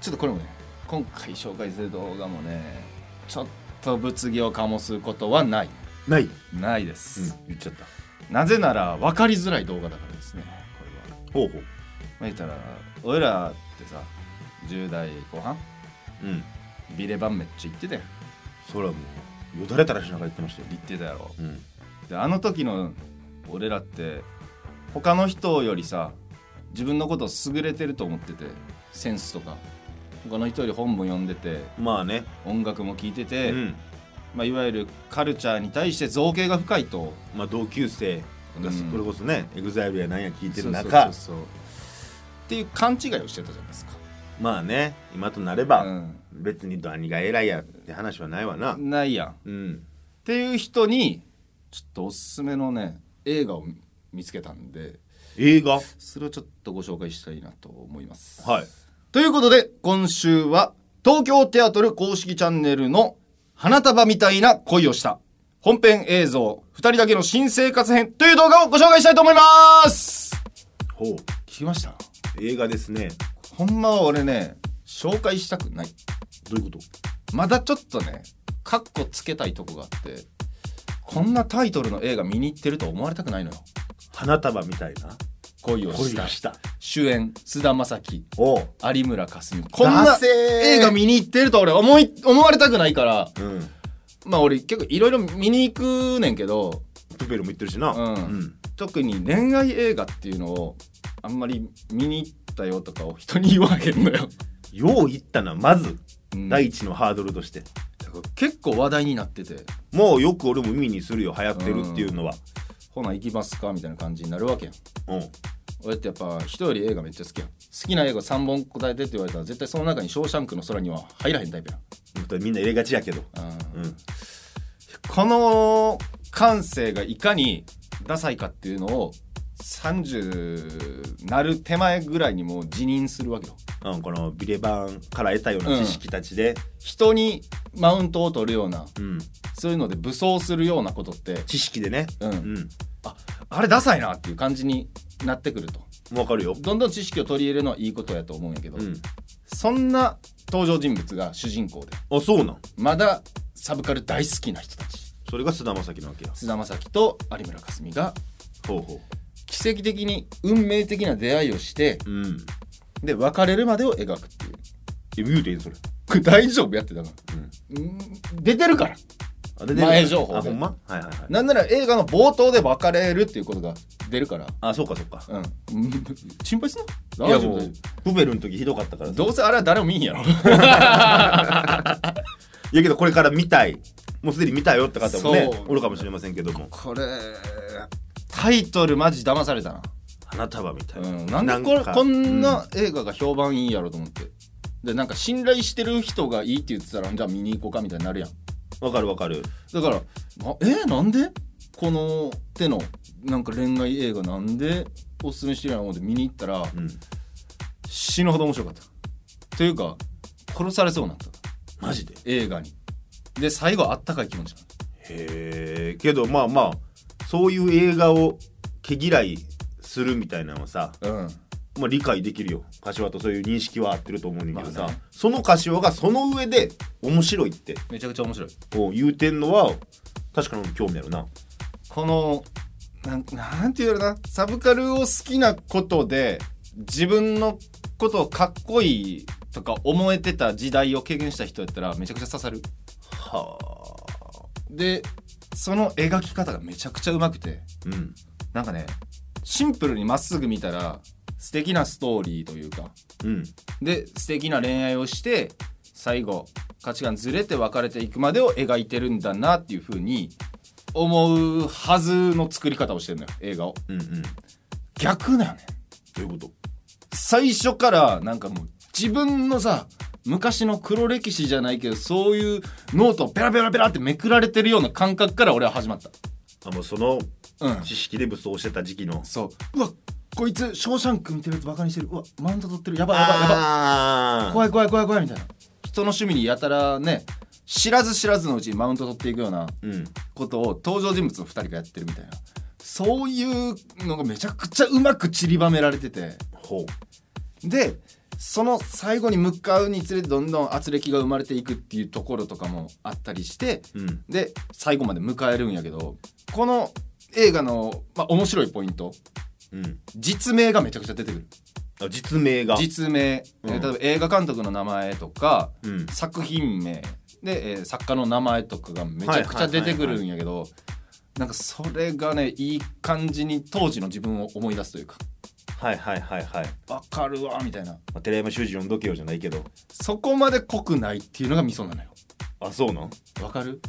[SPEAKER 2] ちょっとこれもね今回紹介する動画もねちょっと物議を醸すことはない
[SPEAKER 1] ない、うん、
[SPEAKER 2] ないです、
[SPEAKER 1] 言っちゃった
[SPEAKER 2] なぜなら分かりづらい動画だからですねこれは
[SPEAKER 1] ほうほう
[SPEAKER 2] まあ言ったら俺らってさ10代後半
[SPEAKER 1] うん
[SPEAKER 2] ビレバンめっちゃ行ってたやん
[SPEAKER 1] そらもうよだれたらしながら言ってましたよ
[SPEAKER 2] 行ってたやろ
[SPEAKER 1] うん
[SPEAKER 2] であの時の俺らって他の人よりさ自分のことを優れてると思っててセンスとか他の人より本も読んでて
[SPEAKER 1] まあね
[SPEAKER 2] 音楽も聴いて
[SPEAKER 1] う
[SPEAKER 2] て、
[SPEAKER 1] ん
[SPEAKER 2] まあ、いわゆるカルチャーに対して造形が深いと
[SPEAKER 1] まあ同級生が
[SPEAKER 2] うん
[SPEAKER 1] それこそねエグザイルやなんや聞いてる中
[SPEAKER 2] そうそうそうそうっていう勘違いをしてたじゃないですか、
[SPEAKER 1] まあね今となれば、
[SPEAKER 2] うん
[SPEAKER 1] 別に何が偉いやって話はないわな
[SPEAKER 2] ないやんっ
[SPEAKER 1] うん
[SPEAKER 2] ていう人にちょっとおすすめのね映画を見つけたんで
[SPEAKER 1] 映画
[SPEAKER 2] それをちょっとご紹介したいなと思います。
[SPEAKER 1] はい
[SPEAKER 2] ということで今週は東京テアトル公式チャンネルの「花束みたいな恋をした」本編映像2人だけの新生活編という動画をご紹介したいと思います
[SPEAKER 1] ほう
[SPEAKER 2] 聞きました
[SPEAKER 1] 映画ですね
[SPEAKER 2] ほんまは俺ね紹介したくない
[SPEAKER 1] どういうこと
[SPEAKER 2] まだちょっとねカッコつけたいとこがあってこんなタイトルの映画見に行ってると思われたくないのよ
[SPEAKER 1] 花束みたいな
[SPEAKER 2] 恋をし
[SPEAKER 1] 恋
[SPEAKER 2] た
[SPEAKER 1] がした
[SPEAKER 2] 主演菅田将暉
[SPEAKER 1] おう
[SPEAKER 2] 有村架純こんな
[SPEAKER 1] せー
[SPEAKER 2] 映画見に行ってると俺思い思われたくないから
[SPEAKER 1] うん
[SPEAKER 2] まあ俺結構いろいろ見に行くねんけど
[SPEAKER 1] プペルも言ってるしな
[SPEAKER 2] うん特に恋愛映画っていうのをあんまり見に行ったよとかを人に言わへんのよ、
[SPEAKER 1] よう言ったなまず、
[SPEAKER 2] うん
[SPEAKER 1] 第一のハードルとして
[SPEAKER 2] 結構話題になってて
[SPEAKER 1] もうよく俺も耳にするよ流行ってるっていうのは
[SPEAKER 2] ほな行きますかみたいな感じになるわけやん
[SPEAKER 1] うん
[SPEAKER 2] 俺ってやっぱ人より映画めっちゃ好きやん好きな映画3本答えてって言われたら絶対その中に「ショーシャンクの空」には入らへんタイプやん
[SPEAKER 1] 本当にみんな入れがちやけど
[SPEAKER 2] うん
[SPEAKER 1] うん
[SPEAKER 2] この感性がいかにダサいかっていうのを30なる手前ぐらいにもう辞任するわけよ
[SPEAKER 1] うん、このビレバンから得たような知識たちで、
[SPEAKER 2] 人にマウントを取るような
[SPEAKER 1] うん
[SPEAKER 2] そういうので武装するようなことって
[SPEAKER 1] 知識でね、
[SPEAKER 2] うん
[SPEAKER 1] うん、
[SPEAKER 2] あれダサいなっていう感じになってくると
[SPEAKER 1] わかるよ、
[SPEAKER 2] どんどん知識を取り入れるのはいいことやと思うんやけど、
[SPEAKER 1] うん、
[SPEAKER 2] そんな登場人物が主人公で
[SPEAKER 1] あそうなん
[SPEAKER 2] まだサブカル大好きな人たち
[SPEAKER 1] それが菅田将暉なわけや
[SPEAKER 2] 菅田将暉と有村架純が
[SPEAKER 1] ほうほ
[SPEAKER 2] 奇跡的に運命的な出会いをして
[SPEAKER 1] ううん
[SPEAKER 2] で別れるまでを描くっていう
[SPEAKER 1] え見うていいそれ
[SPEAKER 2] これ大丈夫やってたから、うん出てるから
[SPEAKER 1] あで
[SPEAKER 2] 前情報で
[SPEAKER 1] あほんまはいはいはい
[SPEAKER 2] なんなら映画の冒頭で別れるっていうことが出るから
[SPEAKER 1] あそうかそうか
[SPEAKER 2] うん うん心配すない大
[SPEAKER 1] や
[SPEAKER 2] 丈夫
[SPEAKER 1] も
[SPEAKER 2] 大
[SPEAKER 1] う
[SPEAKER 2] 丈
[SPEAKER 1] プペルの時ひどかったから
[SPEAKER 2] 夫
[SPEAKER 1] さ
[SPEAKER 2] どうせあれは誰も見んやろ
[SPEAKER 1] いやけどこれから見たいもうすでに見たよって方もね
[SPEAKER 2] そう
[SPEAKER 1] おるかもしれませんけども
[SPEAKER 2] これタイトルマジ騙されたな、
[SPEAKER 1] 花束みたいな、
[SPEAKER 2] うん、なんでこれ
[SPEAKER 1] か
[SPEAKER 2] こんな映画が評判いいんやろと思ってでなんか信頼してる人がいいって言ってたらじゃあ見に行こうかみたいになるやん
[SPEAKER 1] うんわ、かるわかる
[SPEAKER 2] だからあえーなんでこの手のなんか恋愛映画なんでおすすめしてるやん思って見に行ったら
[SPEAKER 1] うん
[SPEAKER 2] 死ぬほど面白かったというか殺されそうになった
[SPEAKER 1] マジでへ
[SPEAKER 2] 映画にで最後あったかい気持ちになる
[SPEAKER 1] えけどまあまあそういう映画を毛嫌いするみたいなのはさ
[SPEAKER 2] うん
[SPEAKER 1] まあ、理解できるよ柏とそういう認識は合ってると思うんだけどさ、
[SPEAKER 2] まあね
[SPEAKER 1] その柏がその上で面白いって
[SPEAKER 2] めちゃくちゃ面白い
[SPEAKER 1] こう言うてんのは確かに興味あるな
[SPEAKER 2] このなんなんて言うやろなサブカルを好きなことで自分のことをかっこいいとか思えてた時代を経験した人やったらめちゃくちゃ刺さる
[SPEAKER 1] は
[SPEAKER 2] でその描き方がめちゃくちゃうまくて
[SPEAKER 1] うん
[SPEAKER 2] なんかねシンプルにまっすぐ見たら素敵なストーリーというか
[SPEAKER 1] うん
[SPEAKER 2] で素敵な恋愛をして最後価値観ずれて別れていくまでを描いてるんだなっていう風に思うはずの作り方をしてるのよ映画を
[SPEAKER 1] うんうんど
[SPEAKER 2] 逆だよね
[SPEAKER 1] ういうこと
[SPEAKER 2] 最初からなんかもう自分のさ昔の黒歴史じゃないけどそういうノートをベラベラベラってめくられてるような感覚から俺は始まった
[SPEAKER 1] あもうその
[SPEAKER 2] うん
[SPEAKER 1] 知識で武装してた時期 の、
[SPEAKER 2] そううわこいつショーシャンク見てるやつバカにしてるうわマウント取ってるやばいやばいやばい
[SPEAKER 1] ああ
[SPEAKER 2] 怖い怖い怖い怖いみたいな人の趣味にやたらね知らず知らずのうちにマウント取っていくような
[SPEAKER 1] うん
[SPEAKER 2] ことを登場人物の2人がやってるみたいなそういうのがめちゃくちゃうまく散りばめられてて
[SPEAKER 1] ほ
[SPEAKER 2] でその最後に向かうにつれてどんどん圧力が生まれていくっていうところとかもあったりして
[SPEAKER 1] ううん
[SPEAKER 2] で最後まで迎えるんやけどこの映画の、まあ、面白いポイント
[SPEAKER 1] うん
[SPEAKER 2] 実名がめちゃくちゃ出てくる
[SPEAKER 1] あ実名が
[SPEAKER 2] 実名、
[SPEAKER 1] うん
[SPEAKER 2] えー例えば映画監督の名前とか、
[SPEAKER 1] うん
[SPEAKER 2] 作品名で、えー作家の名前とかがめちゃくちゃ出てくるんやけどなんかそれがねいい感じに当時の自分を思い出すというか
[SPEAKER 1] はいはいはいはい、ま
[SPEAKER 2] わかるわみたいな
[SPEAKER 1] あ、寺山修司読んどけよじゃないけど
[SPEAKER 2] そこまで濃くないっていうのが味噌なのよ
[SPEAKER 1] あそうなん
[SPEAKER 2] わかる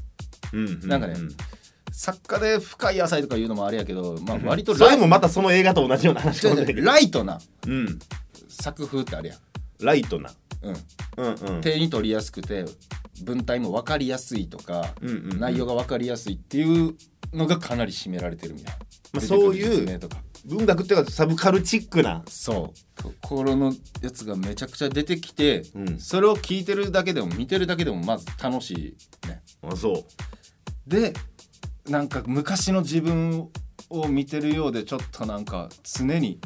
[SPEAKER 1] うんうん、
[SPEAKER 2] なんかね
[SPEAKER 1] う
[SPEAKER 2] 作家で深い野菜とか言うのもあれやけど、まあ、割と
[SPEAKER 1] そ
[SPEAKER 2] ラ
[SPEAKER 1] れ
[SPEAKER 2] イ
[SPEAKER 1] もまたその映画と同じような話かもしれないけど
[SPEAKER 2] ライトな
[SPEAKER 1] うん
[SPEAKER 2] 作風ってあれやん
[SPEAKER 1] ライトな
[SPEAKER 2] うん、
[SPEAKER 1] うんうん
[SPEAKER 2] 手に取りやすくて文体も分かりやすいとか、
[SPEAKER 1] うんうんうん
[SPEAKER 2] 内容が分かりやすいっていうのがかなり占められてるみたいな、
[SPEAKER 1] まあ
[SPEAKER 2] 出てくる
[SPEAKER 1] そういう
[SPEAKER 2] 説明とか
[SPEAKER 1] 文学っていうかサブカルチックな
[SPEAKER 2] そう心のやつがめちゃくちゃ出てきて、
[SPEAKER 1] うん
[SPEAKER 2] それを聞いてるだけでも見てるだけでもまず楽しいね
[SPEAKER 1] あそ
[SPEAKER 2] でなんか昔の自分を見てるようでちょっとなんか常に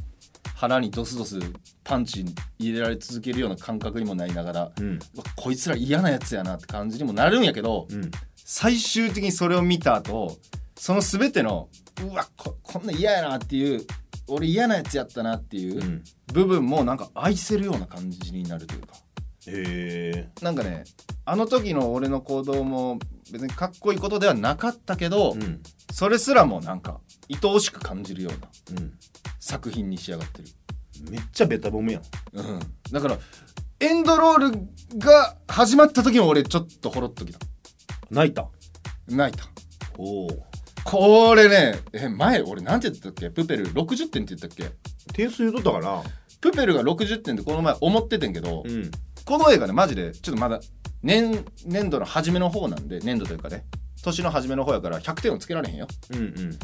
[SPEAKER 2] 腹にドスドスパンチ入れられ続けるような感覚にもなりながら、
[SPEAKER 1] うん
[SPEAKER 2] うわこいつら嫌なやつやなって感じにもなるんやけど、
[SPEAKER 1] ううん
[SPEAKER 2] 最終的にそれを見た後その全てのうわここんな嫌やなっていう俺嫌なやつやったなっていううん部分もなんか愛せるような感じになるというか
[SPEAKER 1] へえ
[SPEAKER 2] なんかねあの時の俺の行動も別にかっこいいことではなかったけど、
[SPEAKER 1] うん
[SPEAKER 2] それすらもなんか愛おしく感じるような
[SPEAKER 1] うん
[SPEAKER 2] 作品に仕上がってる、
[SPEAKER 1] めっちゃベタボムやん
[SPEAKER 2] うん、だからエンドロールが始まった時も俺ちょっとほろっときた
[SPEAKER 1] 泣いた
[SPEAKER 2] 泣いた
[SPEAKER 1] おお
[SPEAKER 2] これねえ前俺なんて言ったっけプペル60点って言ったっけ
[SPEAKER 1] 点数言うとったから
[SPEAKER 2] プペルが60点ってこの前思っててんけど、
[SPEAKER 1] うん
[SPEAKER 2] この映画ねマジでちょっとまだ年年度の初めの方なんで年度というかね年の初めの方やから100点をつけられへんよ
[SPEAKER 1] うんうん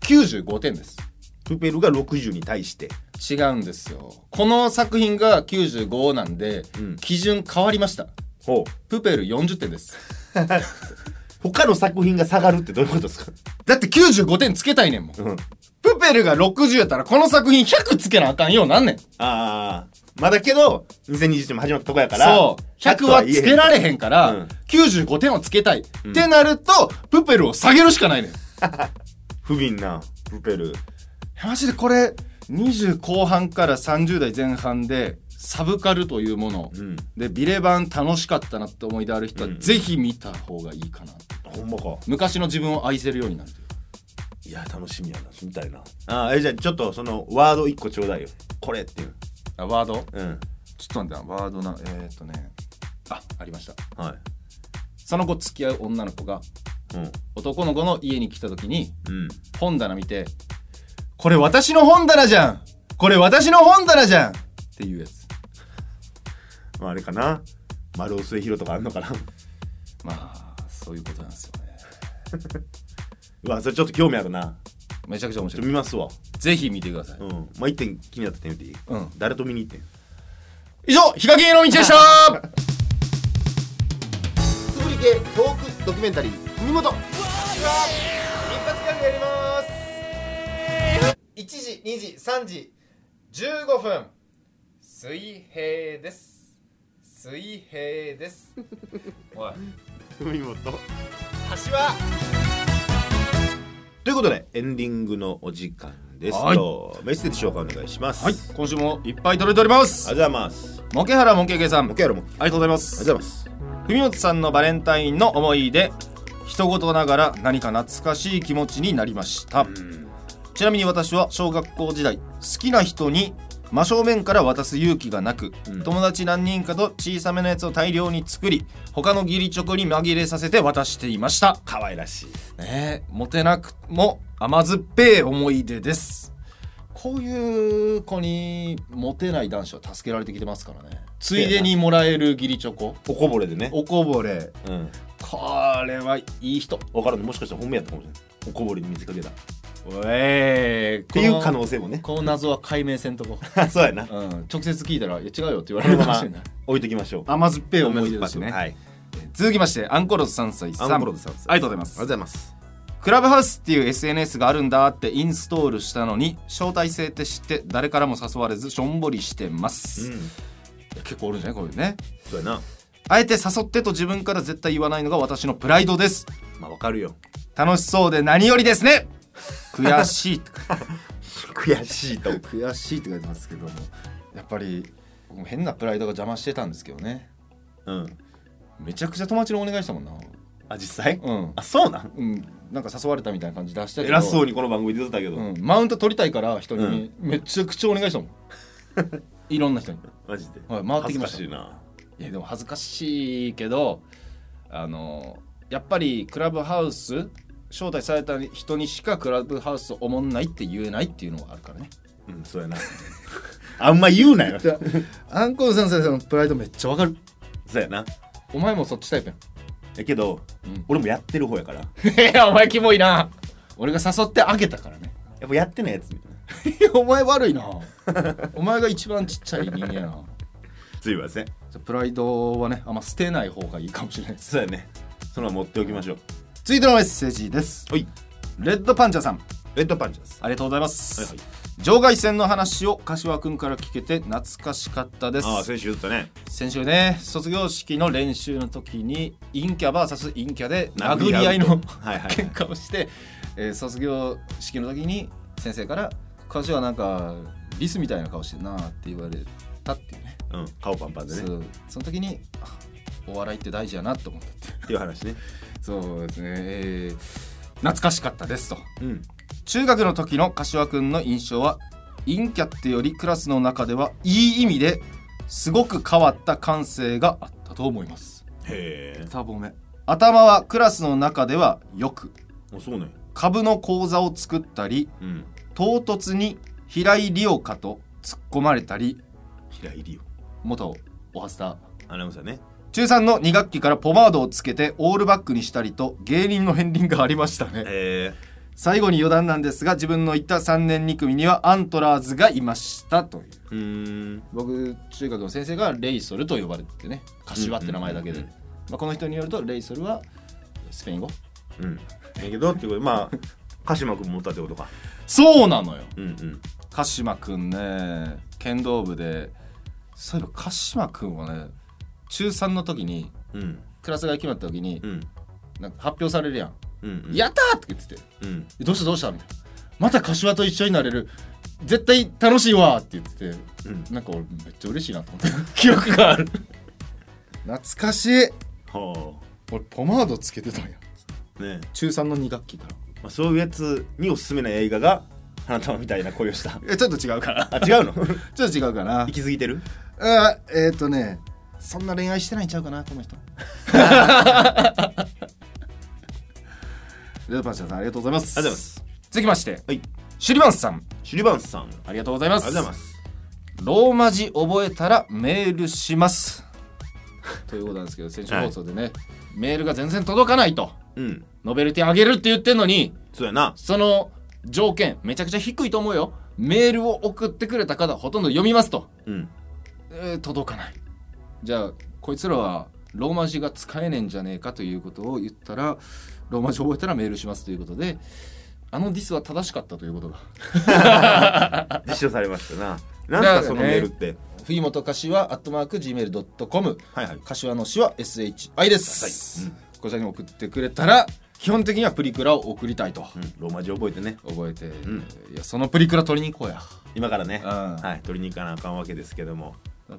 [SPEAKER 2] 95点です
[SPEAKER 1] プペルが60に対して
[SPEAKER 2] 違うんですよこの作品が95なんで、
[SPEAKER 1] うん
[SPEAKER 2] 基準変わりました
[SPEAKER 1] ほう
[SPEAKER 2] プペル40点です
[SPEAKER 1] 他の作品が下がるってどういうことですか
[SPEAKER 2] だって95点つけたいねんもん、
[SPEAKER 1] うん
[SPEAKER 2] プペルが60やったらこの作品100つけなあかんようなんねん
[SPEAKER 1] ああまあだけど2020年も始まったとこやから
[SPEAKER 2] そう100はつけられへんから、
[SPEAKER 1] うん
[SPEAKER 2] 95点をつけたい、ってなるとプペルを下げるしかないねん
[SPEAKER 1] 不憫なプペル
[SPEAKER 2] マジでこれ20後半から30代前半でサブカルというもの、
[SPEAKER 1] ん
[SPEAKER 2] でビレ版楽しかったなって思い出ある人は、ぜひ見た方がいいかなって
[SPEAKER 1] ほんまか
[SPEAKER 2] 昔の自分を愛せるようになるという
[SPEAKER 1] いや楽しみやなみたいなあーえじゃあちょっとそのワード1個ちょうだいよこれっていう
[SPEAKER 2] あワード
[SPEAKER 1] うん
[SPEAKER 2] ちょっと待ってなワードなえー、っとねあありました
[SPEAKER 1] は
[SPEAKER 2] その後付き合う女の子が
[SPEAKER 1] いうん
[SPEAKER 2] 男の子の家に来た時に
[SPEAKER 1] うん
[SPEAKER 2] 本棚見て「これ私の本棚じゃんこれ私の本棚じゃん!」っていうやつ
[SPEAKER 1] まああれかな丸尾末広とかあんのかな
[SPEAKER 2] まあそういうことなんですよね
[SPEAKER 1] うわそれちょっと興味あるな
[SPEAKER 2] めちゃくちゃ面
[SPEAKER 1] ちょっ
[SPEAKER 2] 白
[SPEAKER 1] と
[SPEAKER 2] い
[SPEAKER 1] 見ますわ
[SPEAKER 2] ぜひ見てください、
[SPEAKER 1] うんまあ1点気になった点言っていい、
[SPEAKER 2] うん
[SPEAKER 1] 誰と見に行ってん
[SPEAKER 2] 以上ヒカキンへの道でした
[SPEAKER 4] つぶり系トークドキュメンタリー「海本」一
[SPEAKER 7] 発ギャグやります1時2時3時15分水平です水平ですおい
[SPEAKER 4] 海本
[SPEAKER 7] 橋は
[SPEAKER 1] ということでエンディングのお時間です
[SPEAKER 2] はい
[SPEAKER 1] とメッセージ紹介お願いします
[SPEAKER 2] はい
[SPEAKER 1] あ
[SPEAKER 2] 今週もいっぱい取れております
[SPEAKER 1] りがとうございます
[SPEAKER 2] モケハラモケケさんあ
[SPEAKER 1] オ
[SPEAKER 2] り
[SPEAKER 1] ケやろもありが
[SPEAKER 2] がとうござい
[SPEAKER 1] と
[SPEAKER 2] ま
[SPEAKER 1] うご
[SPEAKER 2] す
[SPEAKER 1] ざいます
[SPEAKER 2] 文本さんのバレンタインの思い出一言ながら何か懐かしい気持ちになりました、ちなみに私は小学校時代好きな人に真正面から渡す勇気がなく、
[SPEAKER 1] うん
[SPEAKER 2] 友達何人かと小さめのやつを大量に作り他の義理チョコに紛れさせて渡していました
[SPEAKER 1] 可愛らしい
[SPEAKER 2] ねえモテなくも甘酸っぱい思い出ですこういう子にモテない男子は助けられてきてますからねついでにもらえる義理チョコ
[SPEAKER 1] おこぼれでね
[SPEAKER 2] おこぼれ
[SPEAKER 1] うん
[SPEAKER 2] これはいい人
[SPEAKER 1] 分からんもしかしたら本命やったかもしれないおこぼれに見せかけたっ
[SPEAKER 2] え
[SPEAKER 1] ていう可能性もね
[SPEAKER 2] この謎は解明せんとこ、
[SPEAKER 1] そうやな
[SPEAKER 2] うん、直接聞いたら「いや違うよ」って言わ
[SPEAKER 1] こ
[SPEAKER 2] れ
[SPEAKER 1] のま
[SPEAKER 2] るかも
[SPEAKER 1] ま
[SPEAKER 2] しれない
[SPEAKER 1] 置いときましょう
[SPEAKER 2] 甘酸っぱい思い出ですね、
[SPEAKER 1] はい
[SPEAKER 2] 続きましてアンコロズ3歳さん
[SPEAKER 1] アンコロズ3歳
[SPEAKER 2] ありがとうございます
[SPEAKER 1] ありがとうございます
[SPEAKER 2] クラブハウスっていう SNS があるんだってインストールしたのに招待制って知って誰からも誘われずしょんぼりしてま
[SPEAKER 1] う
[SPEAKER 2] す、
[SPEAKER 1] ん
[SPEAKER 2] 結構おるんじゃないこういうね
[SPEAKER 1] そうやな
[SPEAKER 2] あえて誘ってと自分から絶対言わないのが私のプライドです
[SPEAKER 1] まあわかるよ
[SPEAKER 2] 楽しそうで何よりですね悔しい
[SPEAKER 1] 悔しいと
[SPEAKER 2] 悔しいって書いてますけどもやっぱり僕も変なプライドが邪魔してたんですけどね
[SPEAKER 1] うん
[SPEAKER 2] めちゃくちゃ友達にお願いしたもんな
[SPEAKER 1] あ実際
[SPEAKER 2] うん
[SPEAKER 1] あそうなん
[SPEAKER 2] うん、なんか誘われたみたいな感じ出したけど
[SPEAKER 1] 偉そうにこの番組出てたけど、
[SPEAKER 2] うん、マウント取りたいから人にめちゃくちゃお願いしたもん、 いろんな人に
[SPEAKER 1] マジで、
[SPEAKER 2] はい回ってきました
[SPEAKER 1] 恥ずかしいない
[SPEAKER 2] やでも恥ずかしいけどあのやっぱりクラブハウス招待された人にしかクラブハウスおもんないって言えないっていうのはあるからね
[SPEAKER 1] うんそうやなあんま言うな よ
[SPEAKER 2] アンコウ先生のプライドめっちゃわかる
[SPEAKER 1] そうやな
[SPEAKER 2] お前もそっちタイプ
[SPEAKER 1] やけど、俺もやってる方やから
[SPEAKER 2] やんいやお前キモいな俺が誘ってあげたからね
[SPEAKER 1] やっぱやってないやつみたいな
[SPEAKER 2] いやお前悪いなお前が一番ちっちゃい人間やな
[SPEAKER 1] すいません
[SPEAKER 2] じゃあプライドはねあんま捨てない方がいいかもしれないです
[SPEAKER 1] そうやねそのまま持っておきましょう
[SPEAKER 2] ツイートのメッセージです
[SPEAKER 1] はい
[SPEAKER 2] レッドパンチャーさん
[SPEAKER 1] レッドパンチです
[SPEAKER 2] ありがとうございます、
[SPEAKER 1] はいはい
[SPEAKER 2] 場外戦の話を柏くんから聞けて懐かしかったです
[SPEAKER 1] ああ先週言ったね
[SPEAKER 2] 先週ね卒業式の練習の時に陰キャ VS 陰キャで殴り合いの
[SPEAKER 1] 殴り合 うとはいはい
[SPEAKER 2] 喧嘩をして、えー卒業式の時に先生から「柏はなんかリスみたいな顔してるな」って言われたっていうね
[SPEAKER 1] うん顔パンパンでね
[SPEAKER 2] そうその時にあお笑いって大事やなと思ったって
[SPEAKER 1] っていう話ね
[SPEAKER 2] そうですね、えー懐かしかったですと
[SPEAKER 1] うん
[SPEAKER 2] 中学の時の柏くんの印象は陰キャってよりクラスの中ではいい意味ですごく変わった感性があったと思います
[SPEAKER 1] へえ
[SPEAKER 2] タボメ頭はクラスの中ではよく
[SPEAKER 1] あそうね
[SPEAKER 2] 株の講座を作ったり
[SPEAKER 1] うん
[SPEAKER 2] 唐突に平井理央かと突っ込まれたり
[SPEAKER 1] 平井理央
[SPEAKER 2] 元オハスター
[SPEAKER 1] アナウンサーね
[SPEAKER 2] 中3の2学期からポマードをつけてオールバックにしたりと芸人の片鱗がありましたね
[SPEAKER 1] へえ
[SPEAKER 2] 最後に余談なんですが自分の行った3年2組にはアントラーズがいましたという
[SPEAKER 1] うーん
[SPEAKER 2] 僕中学の先生がレイソルと呼ばれててね柏って名前だけで、
[SPEAKER 1] うんうんうん
[SPEAKER 2] まあ、この人によるとレイソルはスペイン語
[SPEAKER 1] うんだけどっていうことでまあ鹿島君もおったってことか
[SPEAKER 2] そうなのよ
[SPEAKER 1] うんうん
[SPEAKER 2] 鹿島くんね剣道部でそういえば鹿島くんはね中3の時に
[SPEAKER 1] うん
[SPEAKER 2] クラスが決まった時に
[SPEAKER 1] うん
[SPEAKER 2] なんか発表されるやん
[SPEAKER 1] うん
[SPEAKER 2] 「
[SPEAKER 1] うん
[SPEAKER 2] やった!」って言ってて
[SPEAKER 1] うん
[SPEAKER 2] 「どうしたどうした?」みたいな「また柏と一緒になれる絶対楽しいわ!」って言ってて
[SPEAKER 1] うん
[SPEAKER 2] なんか俺めっちゃ嬉しいなと思って記憶がある懐かしい
[SPEAKER 1] は
[SPEAKER 2] 俺ポマードつけてたんや
[SPEAKER 1] あね
[SPEAKER 2] 中3の2学期から
[SPEAKER 1] え、まあ、そういうやつにおすすめな映画が花束みたいな恋をした
[SPEAKER 2] えちょっと違うかな
[SPEAKER 1] あ違う の
[SPEAKER 2] ちょっと違うかな
[SPEAKER 1] 行き過ぎてる
[SPEAKER 2] あえっ、とねそんな恋愛してないんちゃうかなこの 人レドパンチャーさんありがとうございます
[SPEAKER 1] ありがとうございます
[SPEAKER 2] 続きまして、
[SPEAKER 1] はい
[SPEAKER 2] シュリバンスさん
[SPEAKER 1] シュリバンスさんあり
[SPEAKER 2] ありがとうございま
[SPEAKER 1] がとうご
[SPEAKER 2] す
[SPEAKER 1] ざいます
[SPEAKER 2] ローマ字覚えたらメールします ということなんですけど先週放送でね、メールが全然届かないと
[SPEAKER 1] うん
[SPEAKER 2] ノベルティあげるって言ってんのに
[SPEAKER 1] そうやな
[SPEAKER 2] その条件めちゃくちゃ低いと思うよメールを送ってくれた方ほとんど読みますと、
[SPEAKER 1] うん
[SPEAKER 2] えー届かないじゃあこいつらはローマ字が使えねえんじゃねえかということを言ったらローマ字覚えたらメールしますということであのディスは正しかったということだ
[SPEAKER 1] 実証されましたななんかそのメールって、
[SPEAKER 2] 冬本柏アットマーク Gmail.com
[SPEAKER 1] はいはい
[SPEAKER 2] 柏の詩は SHI です、
[SPEAKER 1] はい
[SPEAKER 2] こちらに送ってくれたら基本的にはプリクラを送りたいと、
[SPEAKER 1] うん、ローマ字覚えてね
[SPEAKER 2] 覚えて、
[SPEAKER 1] ん
[SPEAKER 2] いやそのプリクラ取りに行こうや
[SPEAKER 1] 今からね、
[SPEAKER 2] うん
[SPEAKER 1] はい、取りに行かなあかんわけですけども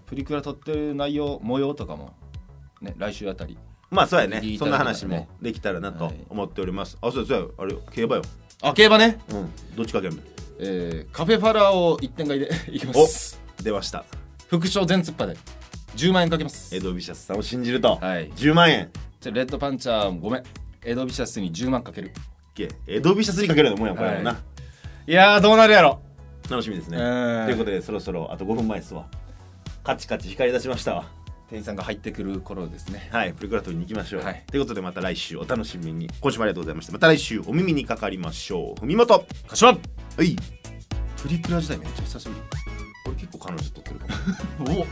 [SPEAKER 2] プリクラ撮ってる内容模様とかもね来週あたり
[SPEAKER 1] まあそうやね
[SPEAKER 2] リーダ
[SPEAKER 1] そ
[SPEAKER 2] ー
[SPEAKER 1] ん
[SPEAKER 2] だ
[SPEAKER 1] な
[SPEAKER 2] からね
[SPEAKER 1] 話もできたらなと
[SPEAKER 2] はい
[SPEAKER 1] 思っております、あそうやそうやあれ競馬よ、
[SPEAKER 2] あ競馬ね、
[SPEAKER 1] うん、どっちかけんの
[SPEAKER 2] えーカフェパラを一点買いで いきます
[SPEAKER 1] 出ました
[SPEAKER 2] 副賞全突破で10万円かけます
[SPEAKER 1] エドビシャスさんを信じると、
[SPEAKER 2] はい
[SPEAKER 1] 10万円
[SPEAKER 2] じゃあレッドパンチャーもごめんエドビシャスに10万かける
[SPEAKER 1] けエドビシャスにかけるのもんやこれもな、
[SPEAKER 2] はいいやーどうなるやろ
[SPEAKER 1] 楽しみですね、
[SPEAKER 2] うん
[SPEAKER 1] ということでそろそろあと5分前ですわカチカチ光り出しましたわ
[SPEAKER 2] 店員さんが入ってくる頃ですね
[SPEAKER 1] はい、プリクラ取りに行きましょう。
[SPEAKER 2] はい
[SPEAKER 1] ということでまた来週お楽しみに。今週もありがとうございました。また来週お耳にかかりましょう。文元
[SPEAKER 2] 柏プ
[SPEAKER 1] はい。
[SPEAKER 2] リクラ時代めっちゃ久しぶり
[SPEAKER 1] これ結構彼女取ってるかも。
[SPEAKER 2] お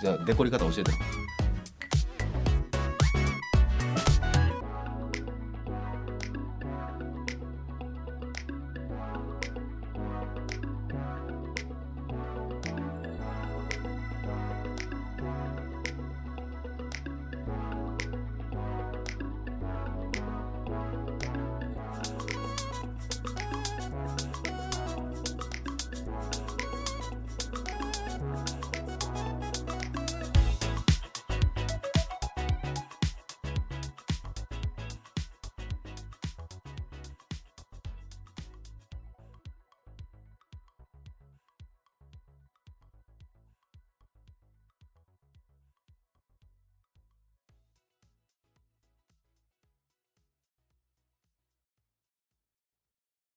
[SPEAKER 2] じゃあデコり方教えて